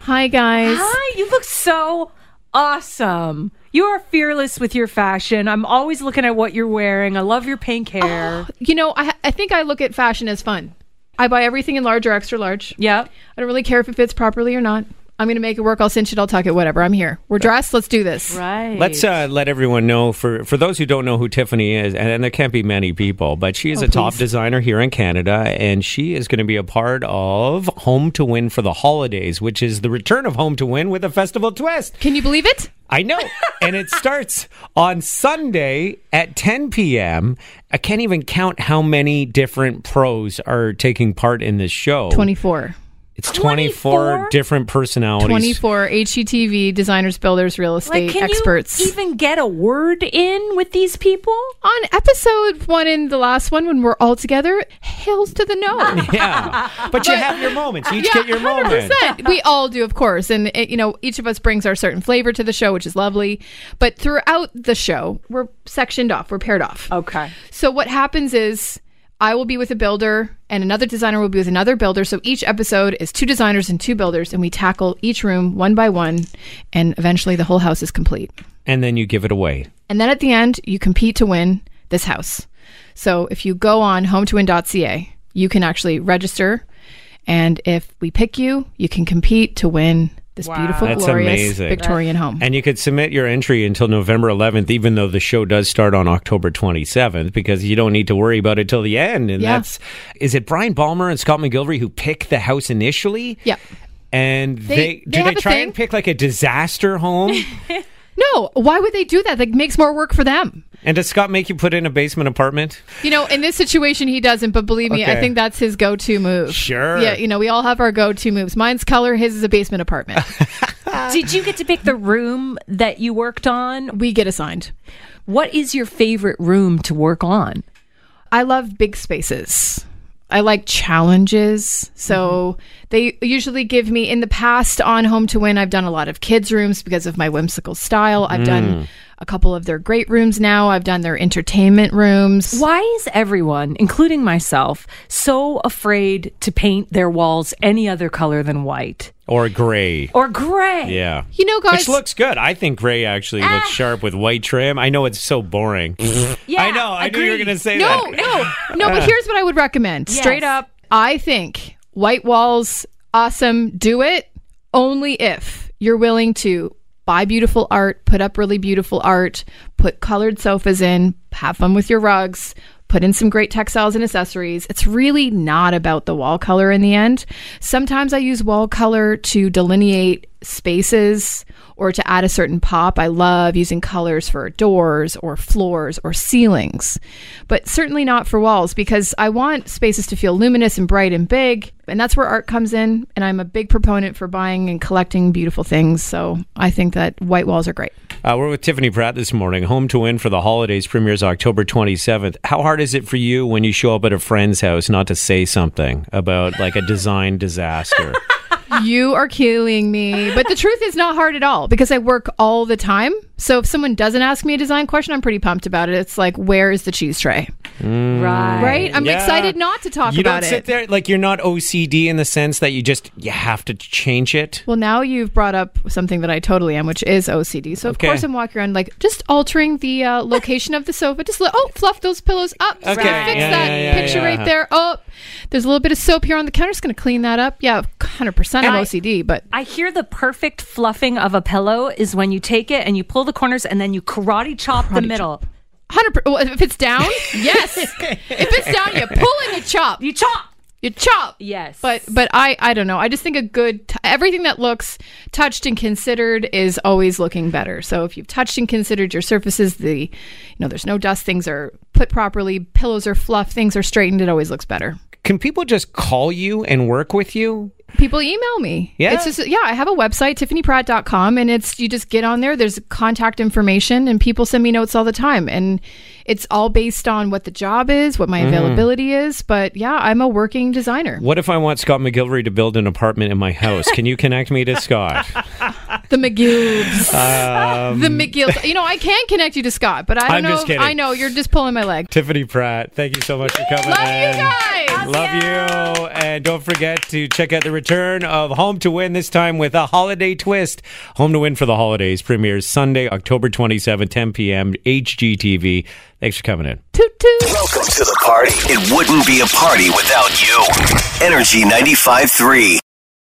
Speaker 21: Hi, guys.
Speaker 5: Hi, you look so awesome. You are fearless with your fashion. I'm always looking at what you're wearing. I love your pink hair.
Speaker 21: Oh, You know, I, I think I look at fashion as fun. I buy everything in large or extra large.
Speaker 5: Yeah.
Speaker 21: I don't really care if it fits properly or not. I'm going to make it work. I'll cinch it. I'll tuck it. Whatever. I'm here. We're dressed. Let's do this.
Speaker 5: Right.
Speaker 4: Let's uh, let everyone know for, for those who don't know who Tiffany is, and, and there can't be many people, but she is
Speaker 21: Oh,
Speaker 4: a top
Speaker 21: please.
Speaker 4: designer here in Canada, and she is going to be a part of Home to Win for the holidays, which is the return of Home to Win with a festival twist.
Speaker 21: Can you believe it?
Speaker 4: I know. and it starts on Sunday at 10 p.m. I can't even count how many different pros are taking part in this show.
Speaker 21: 24.
Speaker 4: It's 24, different personalities.
Speaker 21: 24 HGTV designers, builders, real estate
Speaker 5: can
Speaker 21: experts.
Speaker 5: you even get a word in with these people?
Speaker 21: On episode one and the last one, when we're all together, hails to the no.
Speaker 4: Yeah. But you have your moments. You each
Speaker 21: Yeah,
Speaker 4: get your moment.
Speaker 21: 100%. We all do, of course, and it, you know, each of us brings our certain flavor to the show, which is lovely. But throughout the show, we're sectioned off, we're paired off.
Speaker 5: Okay.
Speaker 21: So what happens is I will be with a builder, and another designer will be with another builder. So each episode is two designers and two builders, and we tackle each room one by one, and eventually the whole house is complete.
Speaker 4: And then you give it away.
Speaker 21: And then at the end, you compete to win this house. So if you go on hometowin.ca, you can actually register. And if we pick you, you can compete to win this beautiful, glorious Victorian home.
Speaker 4: And you could submit your entry until November 11th, even though the show does start on October 27th, because you don't need to worry about it till the end. And
Speaker 21: Yeah.
Speaker 4: that's is it Brian Balmer and Scott McGilvery who pick the house initially?
Speaker 21: Yeah.
Speaker 4: And
Speaker 21: They-
Speaker 4: they,
Speaker 21: they
Speaker 4: do they
Speaker 21: have a
Speaker 4: try
Speaker 21: thing.
Speaker 4: and pick like a disaster home?
Speaker 21: No, why would they do that? That makes more work for them.
Speaker 4: and does Scott make you put in a basement apartment?
Speaker 21: You know, in this situation, he doesn't, but believe me,
Speaker 4: Okay.
Speaker 21: I think that's his go to move.
Speaker 4: Sure.
Speaker 21: Yeah, you know, we all have our go to moves. Mine's color, his is a basement apartment.
Speaker 5: Did you get to pick the room that you worked on?
Speaker 21: We get assigned.
Speaker 5: What is your favorite room to work on?
Speaker 21: I love big spaces. I like challenges. So
Speaker 5: Mm-hmm.
Speaker 21: they usually give me, in the past on Home to Win, I've done a lot of kids' rooms because of my whimsical style. I've
Speaker 5: Mm.
Speaker 21: done a couple of their great rooms now, I've done their entertainment rooms.
Speaker 5: Why is everyone, including myself, so afraid to paint their walls any other color than white
Speaker 4: Or gray?
Speaker 5: or gray?
Speaker 4: yeah.
Speaker 21: Oh, You know, guys. Ah.
Speaker 4: Which looks good. I think gray actually looks sharp with white trim. I know it's so boring. I know. I knew you were
Speaker 21: agreed.
Speaker 4: going to say
Speaker 21: no,
Speaker 4: that.
Speaker 21: No, no, but here's what I would recommend.
Speaker 5: Yes.
Speaker 21: Straight up, I think white walls, awesome. Do it only if you're willing to buy beautiful art, put up really beautiful art, put colored sofas in, have fun with your rugs. Put in some great textiles and accessories. It's really not about the wall color in the end. Sometimes I use wall color to delineate spaces or to add a certain pop. I love using colors for doors or floors or ceilings, but certainly not for walls because I want spaces to feel luminous and bright and big. And that's where art comes in. And I'm a big proponent for buying and collecting beautiful things. So I think that white walls are great.
Speaker 4: Uh, we're with Tiffany Pratt this morning. Home to Win for the holidays premieres October 27th. How hard is it for you when you show up at a friend's house not to say something about like a design disaster?
Speaker 21: you are killing me. But the truth is not hard at all because I work all the time. So if someone doesn't ask me a design question, I'm pretty pumped about it. It's like, where is the cheese tray?
Speaker 4: Mm.
Speaker 21: Right? I'm
Speaker 4: Yeah.
Speaker 21: excited not to talk
Speaker 4: you
Speaker 21: about
Speaker 4: don't
Speaker 21: it.
Speaker 4: sit there like you're not OCD in the sense that you just you have to change it.
Speaker 21: Well, now you've brought up something that I totally am, which is OCD. So of
Speaker 4: Okay.
Speaker 21: course I'm walking around like just altering the uh, location of the sofa. Just li- oh, fluff those pillows up. Just
Speaker 4: Okay.
Speaker 21: gonna fix
Speaker 4: Yeah,
Speaker 21: that
Speaker 4: yeah, yeah,
Speaker 21: picture
Speaker 4: yeah.
Speaker 21: right there. Oh, there's a little bit of soap here on the counter. Just gonna clean that up. Yeah, 100. percent I'm
Speaker 5: I-
Speaker 21: OCD, but
Speaker 5: I hear the perfect fluffing of a pillow is when you take it and you pull the corners and then you karate chop the middle.
Speaker 21: hundred. Well, if it's down, yes. if it's down, you pull and you chop.
Speaker 5: You chop.
Speaker 21: You chop.
Speaker 5: Yes.
Speaker 21: But but I I don't know. I just think a good t- everything that looks touched and considered is always looking better. So if you've touched and considered your surfaces, the you know there's no dust, things are put properly, pillows are fluff, things are straightened. It always looks better.
Speaker 4: Can people just call you and work with you?
Speaker 21: People email me.
Speaker 4: Yeah?
Speaker 21: It's just, yeah, I have a website, tiffanypratt.com, and it's, you just get on there. There's contact information, and people send me notes all the time. And it's all based on what the job is, what my
Speaker 4: Mm.
Speaker 21: availability is. But yeah, I'm a working designer.
Speaker 4: What if I want Scott McGilvery to build an apartment in my house? Can you connect me to Scott?
Speaker 21: The McGills.
Speaker 4: Um,
Speaker 21: the McGill. You know, I can connect you to Scott, but I don't
Speaker 4: I'm
Speaker 21: know.
Speaker 4: just
Speaker 21: if-
Speaker 4: kidding.
Speaker 21: I know you're just pulling my leg.
Speaker 4: Tiffany Pratt, thank you so much for coming
Speaker 21: Love
Speaker 4: in.
Speaker 21: you guys.
Speaker 4: Love you. And don't forget to check out the return of Home to Win, this time with a holiday twist. Home to Win for the Holidays premieres Sunday, October 27, 10 p.m., HGTV. Thanks for coming in.
Speaker 2: Welcome to the party. It wouldn't be a party without you. Energy 95.3.